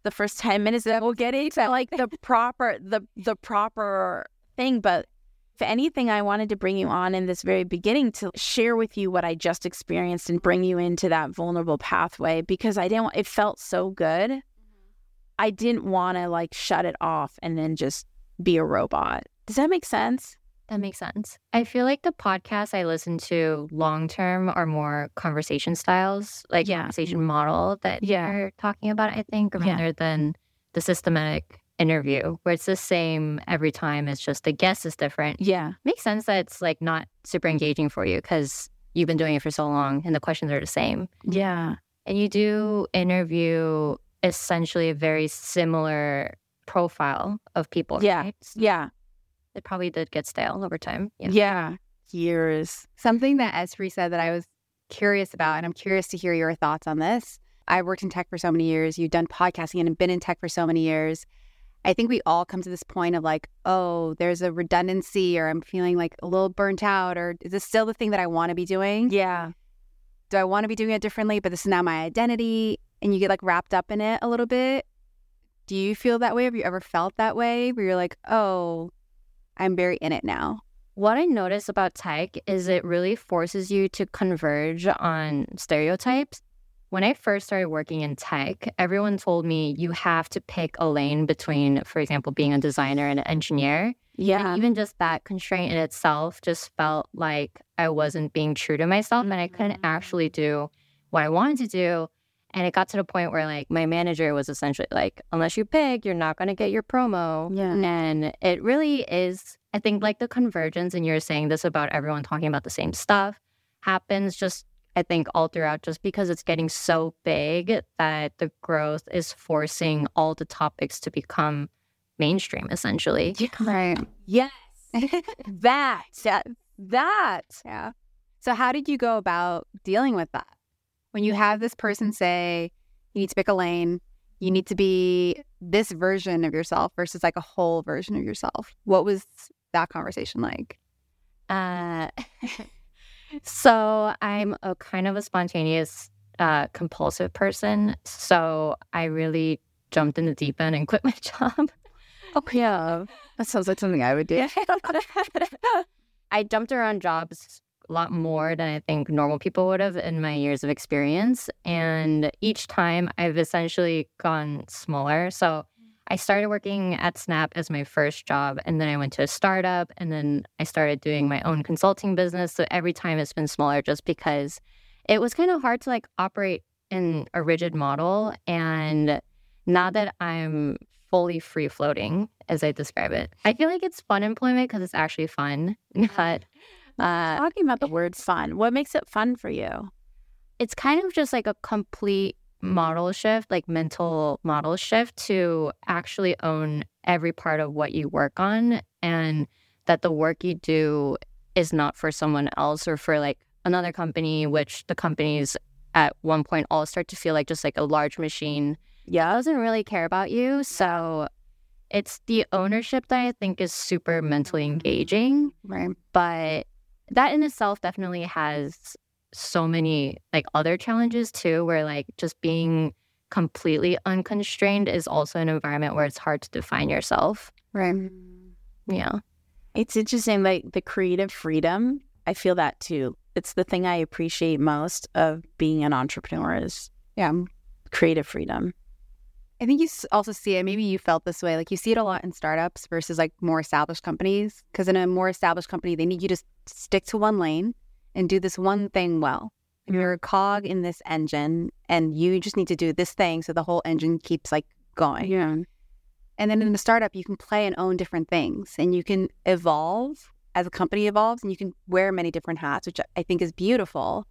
Speaker 2: the first 10 minutes that we'll get into like the proper the the proper thing, but if anything, I wanted to bring you on in this very beginning to share with you what I just experienced and bring you into that vulnerable pathway because I didn't, it felt so good. I didn't want to like shut it off and then just be a robot. Does that make sense?
Speaker 6: That makes sense. I feel like the podcasts I listen to long term are more conversation styles, like
Speaker 2: Yeah.
Speaker 6: conversation model that
Speaker 2: Yeah.
Speaker 6: you're talking about, I think, rather
Speaker 2: Yeah.
Speaker 6: than the systematic interview where it's the same every time. It's just the guest is different.
Speaker 2: Yeah.
Speaker 6: Makes sense that it's like not super engaging for you because you've been doing it for so long and the questions are the same.
Speaker 2: Yeah.
Speaker 6: And you do interview essentially a very similar profile of people.
Speaker 2: Yeah.
Speaker 6: right?
Speaker 2: Yeah.
Speaker 6: It probably did get stale over time.
Speaker 2: Yeah. Years.
Speaker 5: Something that Esri said that I was curious about, and I'm curious to hear your thoughts on this. I worked in tech for so many years. You've done podcasting and been in tech for so many years. I think we all come to this point of like, oh, there's a redundancy, or I'm feeling like a little burnt out, or is this still the thing that I want to be doing?
Speaker 2: Yeah.
Speaker 5: do I want to be doing it differently? But this is now my identity. And you get like wrapped up in it a little bit. Do you feel that way? Have you ever felt that way where you're like, oh, I'm very in it now?
Speaker 6: What I notice about tech is it really forces you to converge on stereotypes. When I first started working in tech, everyone told me you have to pick a lane between, for example, being a designer and an engineer. And
Speaker 2: Yeah.
Speaker 6: even just that constraint in itself just felt like I wasn't being true to myself and I couldn't
Speaker 2: Mm-hmm.
Speaker 6: actually do what I wanted to do. And it got to the point where, like, my manager was essentially like, unless you pick, you're not going to get your promo.
Speaker 2: Yeah.
Speaker 6: And it really is, I think, like the convergence, and you're saying this about everyone talking about the same stuff, happens just, I think, all throughout, just because it's getting so big that the growth is forcing all the topics to become mainstream, essentially.
Speaker 5: Right.
Speaker 2: Yes. that. Yeah. That.
Speaker 5: Yeah. So, how did you go about dealing with that? When you have this person say, you need to pick a lane, you need to be this version of yourself versus like a whole version of yourself. What was that conversation like?
Speaker 6: Uh, so I'm a kind of a spontaneous, uh, compulsive person. So I really jumped in the deep end and quit my job.
Speaker 2: Okay. Oh, Yeah. That sounds like something I would do.
Speaker 6: I jumped around jobs a lot more than I think normal people would have in my years of experience. And each time I've essentially gone smaller. So I started working at Snap as my first job. And then I went to a startup. And then I started doing my own consulting business. So every time it's been smaller just because it was kind of hard to like operate in a rigid model. And now that I'm fully free floating, as I describe it, I feel like it's fun employment because it's actually fun. Not, uh,
Speaker 2: Talking about the word fun. What makes it fun for you?
Speaker 6: it's kind of just like a complete model shift, like mental model shift to actually own every part of what you work on and that the work you do is not for someone else or for like another company, which the companies at one point all start to feel like just like a large machine
Speaker 2: Yeah.
Speaker 6: doesn't really care about you. So it's the ownership that I think is super mentally engaging
Speaker 5: Right.
Speaker 6: but that in itself definitely has so many like other challenges too where like just being completely unconstrained is also an environment where it's hard to define yourself
Speaker 5: Right.
Speaker 6: yeah
Speaker 2: It's interesting, like the creative freedom. I feel that too. It's the thing I appreciate most of being an entrepreneur is
Speaker 5: Yeah.
Speaker 2: creative freedom.
Speaker 5: I think you s- also see it. Maybe you felt this way. Like you see it a lot in startups versus like more established companies. Because in a more established company, they need you to s- stick to one lane and do this one thing well. And you're a cog in this engine, and you just need to do this thing so the whole engine keeps like going.
Speaker 2: Yeah.
Speaker 5: And then in the startup, you can play and own different things, and you can evolve as a company evolves, and you can wear many different hats, which I think is beautiful.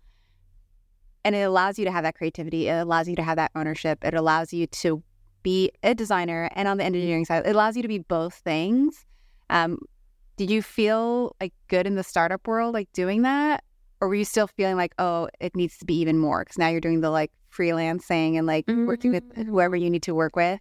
Speaker 5: And it allows you to have that creativity. It allows you to have that ownership. It allows you to be a designer and on the engineering side, it allows you to be both things. Um, did you feel like good in the startup world, like doing that, or were you still feeling like, oh, it needs to be even more because now you're doing the like freelancing and like working with whoever you need to work with?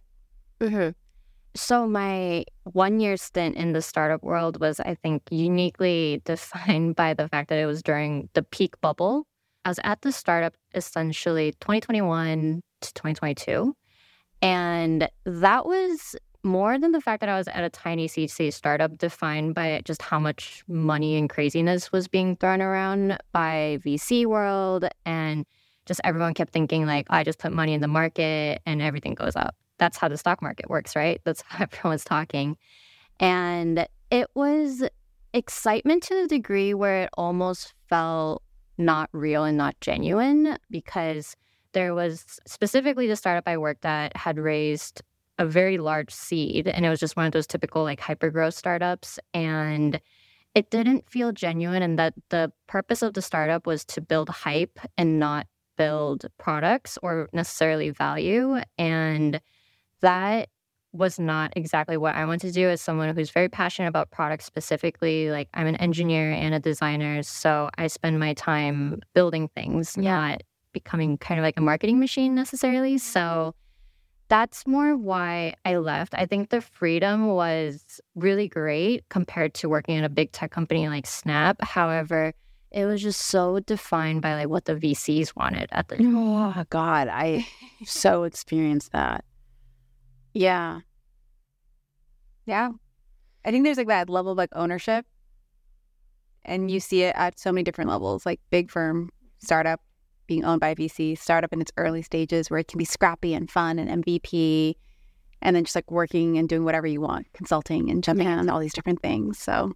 Speaker 6: so my one year stint in the startup world was i think uniquely defined by the fact that it was during the peak bubble i was at the startup essentially 2021 to 2022 and that was more than the fact that i was at a tiny cc startup defined by just how much money and craziness was being thrown around by vc world and just everyone kept thinking like i just put money in the market and everything goes up that's how the stock market works, right? That's how everyone's talking. And it was excitement to the degree where it almost felt not real and not genuine because there was specifically the startup I worked at had raised a very large seed and it was just one of those typical like hyper growth startups and it didn't feel genuine and that the purpose of the startup was to build hype and not build products or necessarily value and that was not exactly what I want to do as someone who's very passionate about products specifically. Like I'm an engineer and a designer, so I spend my time building things, not becoming kind of like a marketing machine necessarily. So that's more why I left. I think the freedom was really great compared to working at a big tech company like Snap. However, it was just so defined by like what the VCs wanted at
Speaker 5: Mm.
Speaker 6: the time.
Speaker 2: Oh God, I so experienced that. Yeah.
Speaker 5: Yeah. I think there's like that level of like ownership. And you see it at so many different levels, like big firm, startup being owned by VC, startup in its early stages where it can be scrappy and fun and MVP, and then just like working and doing whatever you want, consulting and jumping into all these different things. So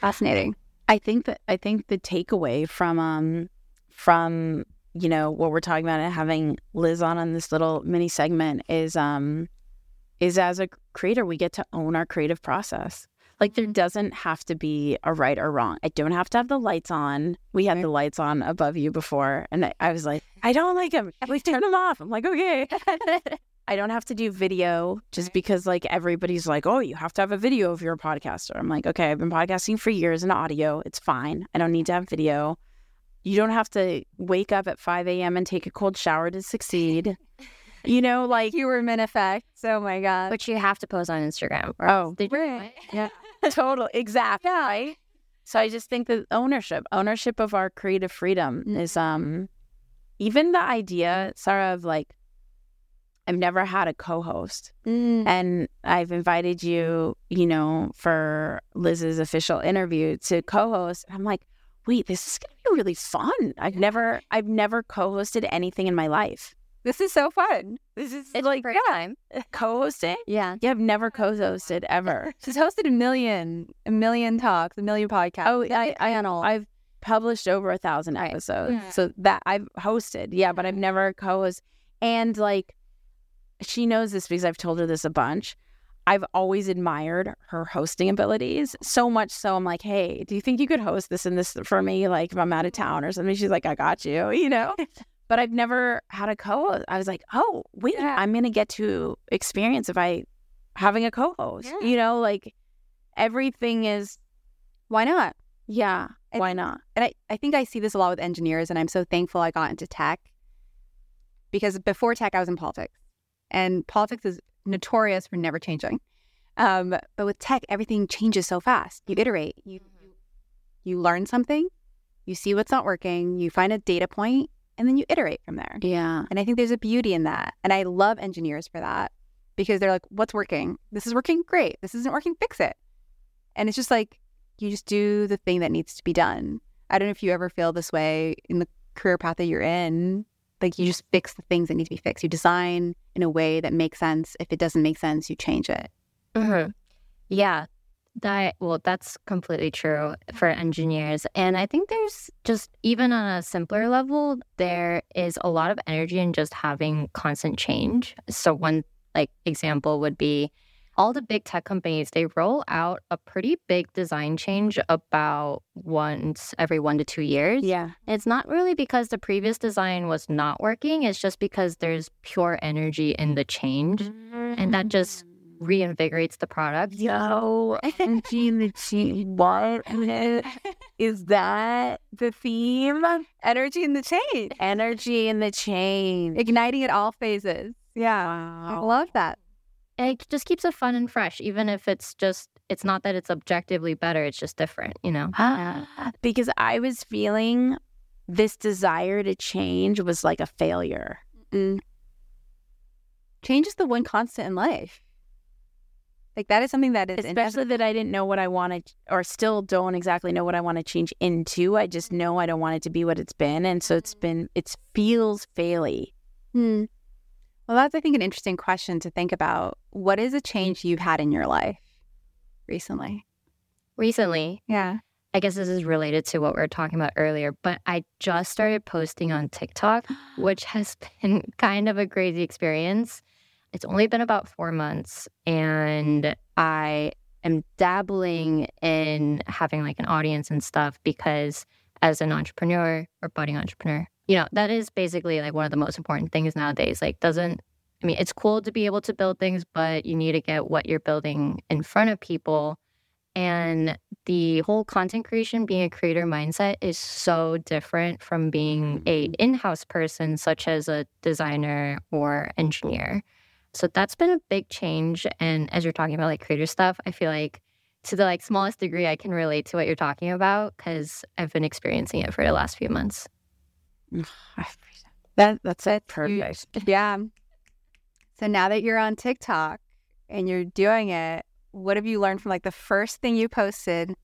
Speaker 5: fascinating.
Speaker 2: I think that I think the takeaway from um from you know what we're talking about and having Liz on on this little mini segment is um is as a creator we get to own our creative process. Like there doesn't have to be a right or wrong. I don't have to have the lights on. We had the lights on above you before, and I, I was like, I don't like them. We turn them off. I'm like, okay. I don't have to do video just because like everybody's like, oh, you have to have a video if you're a podcaster. I'm like, okay, I've been podcasting for years in audio. It's fine. I don't need to have video. You don't have to wake up at 5 a.m. and take a cold shower to succeed. You know, like
Speaker 5: You were in effect. Oh my God.
Speaker 6: Which you have to post on Instagram. or
Speaker 2: Oh,
Speaker 6: else- did you know
Speaker 5: right.
Speaker 6: it?
Speaker 2: Yeah. Total. Exactly. Right? So I just think that ownership, ownership of our creative freedom
Speaker 5: Mm-hmm.
Speaker 2: is um even the idea, Sarah, of like I've never had a co-host
Speaker 5: Mm.
Speaker 2: and I've invited you, you know, for Liz's official interview to co-host. I'm like, wait, this is gonna be really fun. I've never I've never co-hosted anything in my life.
Speaker 5: This is so fun.
Speaker 2: This is
Speaker 6: It's
Speaker 2: like
Speaker 6: first
Speaker 2: yeah,
Speaker 6: time.
Speaker 2: co-hosting.
Speaker 6: Yeah.
Speaker 2: Yeah, I've never co-hosted ever.
Speaker 5: She's hosted a million, a million talks, a million podcasts.
Speaker 2: Oh, I, I don't know. I've published over a thousand episodes,
Speaker 5: Hmm.
Speaker 2: so that I've hosted. Yeah, but I've never co-host. And like, she knows this because I've told her this a bunch. I've always admired her hosting abilities so much so I'm like, hey, do you think you could host this and this for me? Like, if I'm out of town or something, she's like, I got you, you know. But I've never had a co-host. I was like, oh, wait,
Speaker 5: Yeah.
Speaker 2: I'm gonna get to experience if I having a co-host.
Speaker 5: Yeah.
Speaker 2: You know, like everything is
Speaker 5: Why not?
Speaker 2: yeah.
Speaker 5: I-
Speaker 2: why not?
Speaker 5: and I, I think I see this a lot with engineers, and I'm so thankful I got into tech because before tech, I was in politics, and politics is notorious for never changing. Um, but with tech, everything changes so fast. You iterate, you, you you learn something, you see what's not working, you find a data point, and then you iterate from there.
Speaker 2: Yeah.
Speaker 5: And I think there's a beauty in that, and I love engineers for that because they're like, "What's working? This is working great. This isn't working. Fix it." And it's just like you just do the thing that needs to be done. I don't know if you ever feel this way in the career path that you're in. Like you just fix the things that need to be fixed. You design in a way that makes sense. If it doesn't make sense, you change it.
Speaker 6: hmm Yeah. That well, that's completely true for engineers. And I think there's just even on a simpler level, there is a lot of energy in just having constant change. So one like example would be all the big tech companies, they roll out a pretty big design change about once every one to two years.
Speaker 2: Yeah.
Speaker 6: It's not really because the previous design was not working. It's just because there's pure energy in the change. And that just reinvigorates the product.
Speaker 2: Yo, Gene the Gene, what is that the theme?
Speaker 5: Energy in the change,
Speaker 2: Energy in the chain.
Speaker 5: igniting at all phases. Yeah, I
Speaker 2: Wow.
Speaker 5: love that.
Speaker 6: It just keeps it fun and fresh, even if it's just, it's not that it's objectively better. It's just different, you know?
Speaker 2: Because I was feeling this desire to change was like a failure.
Speaker 5: Change is the one constant in life. Like that is something that is
Speaker 2: Especially that I didn't know what I wanted or still don't exactly know what I want to change into. I just know I don't want it to be what it's been. And so it's
Speaker 5: Mm.
Speaker 2: been, it feels faily.
Speaker 5: Hmm. Well, that's, I think, an interesting question to think about. What is a change you've had in your life recently?
Speaker 6: recently.
Speaker 5: Yeah.
Speaker 6: I guess this is related to what we were talking about earlier, but I just started posting on TikTok, which has been kind of a crazy experience. It's only been about four months, and I am dabbling in having like an audience and stuff because as an entrepreneur or budding entrepreneur, you know, that is basically like one of the most important things nowadays. Like, doesn't I mean, it's cool to be able to build things, but you need to get what you're building in front of people. And the whole content creation being a creator mindset is so different from being a in-house person such as a designer or engineer. So that's been a big change and as you're talking about like creator stuff, I feel like to the like smallest degree I can relate to what you're talking about cuz I've been experiencing it for the last few months.
Speaker 2: That that's it.
Speaker 5: Perfect. Yeah. So now that you're on TikTok and you're doing it, what have you learned from like the first thing you posted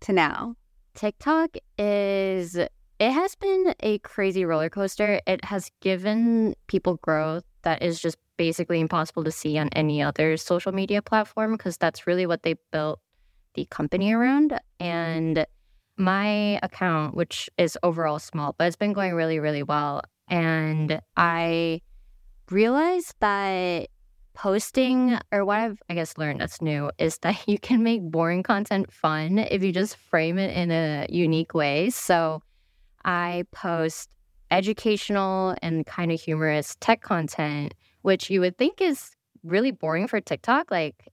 Speaker 5: to now?
Speaker 6: TikTok is it has been a crazy roller coaster. It has given people growth that is just basically impossible to see on any other social media platform because that's really what they built the company around. And my account, which is overall small, but it's been going really, really well. And I realized that posting or what I've I guess learned that's new is that you can make boring content fun if you just frame it in a unique way. So I post educational and kind of humorous tech content, which you would think is really boring for TikTok. Like,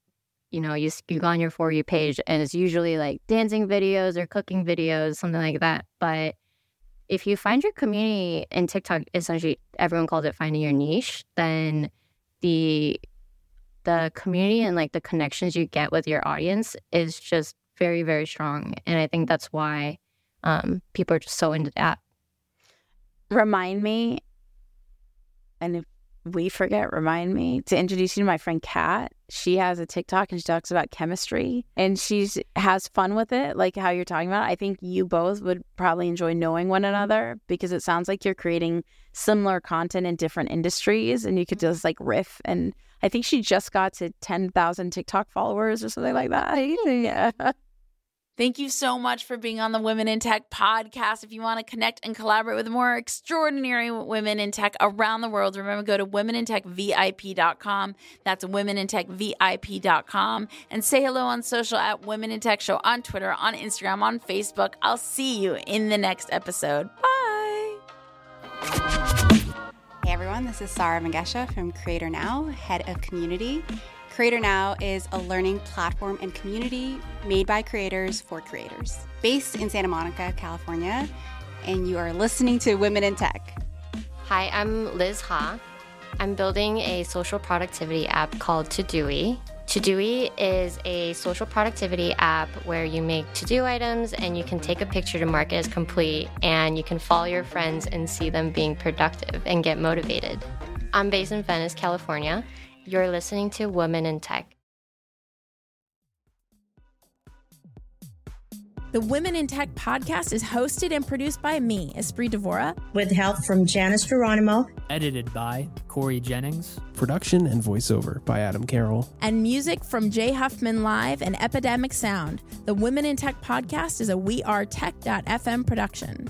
Speaker 6: you know, you s- you go on your for you page and it's usually like dancing videos or cooking videos, something like that. But if you find your community in TikTok, essentially everyone calls it finding your niche, then the the community and like the connections you get with your audience is just very very strong and i think that's why um people are just so into that
Speaker 2: Remind me, and if we forget, remind me to introduce you to my friend Kat. She has a TikTok and she talks about chemistry and she's has fun with it, like how you're talking about. I think you both would probably enjoy knowing one another because it sounds like you're creating similar content in different industries and you could just like riff and I think she just got to 10,000 TikTok followers or something like that. Yeah.
Speaker 1: Thank you so much for being on the Women in Tech podcast. If you want to connect and collaborate with more extraordinary women in tech around the world, remember go to womenintechvip.com. That's womenintechvip.com and say hello on social at Women in Tech Show on Twitter, on Instagram, on Facebook. I'll see you in the next episode. Bye.
Speaker 7: Hey everyone, this is Sarah Mangesha from Creator Now, head of community. Creator Now is a learning platform and community made by creators for creators, based in Santa Monica, California, and you are listening to Women in Tech.
Speaker 6: hi i'm liz ha i'm building a social productivity app called todoey todoey is a social productivity app where you make to-do items and you can take a picture to mark it as complete and you can follow your friends and see them being productive and get motivated i'm based in venice california you're listening to women in tech
Speaker 3: The Women in Tech podcast is hosted and produced by me, Esprit Devora.
Speaker 8: with help from Janice Geronimo
Speaker 9: Edited by Corey Jennings.
Speaker 10: Production and voiceover by Adam Carroll.
Speaker 3: and music from Jay Huffman Live and Epidemic Sound. The Women in Tech podcast is a We Are Tech.fm production.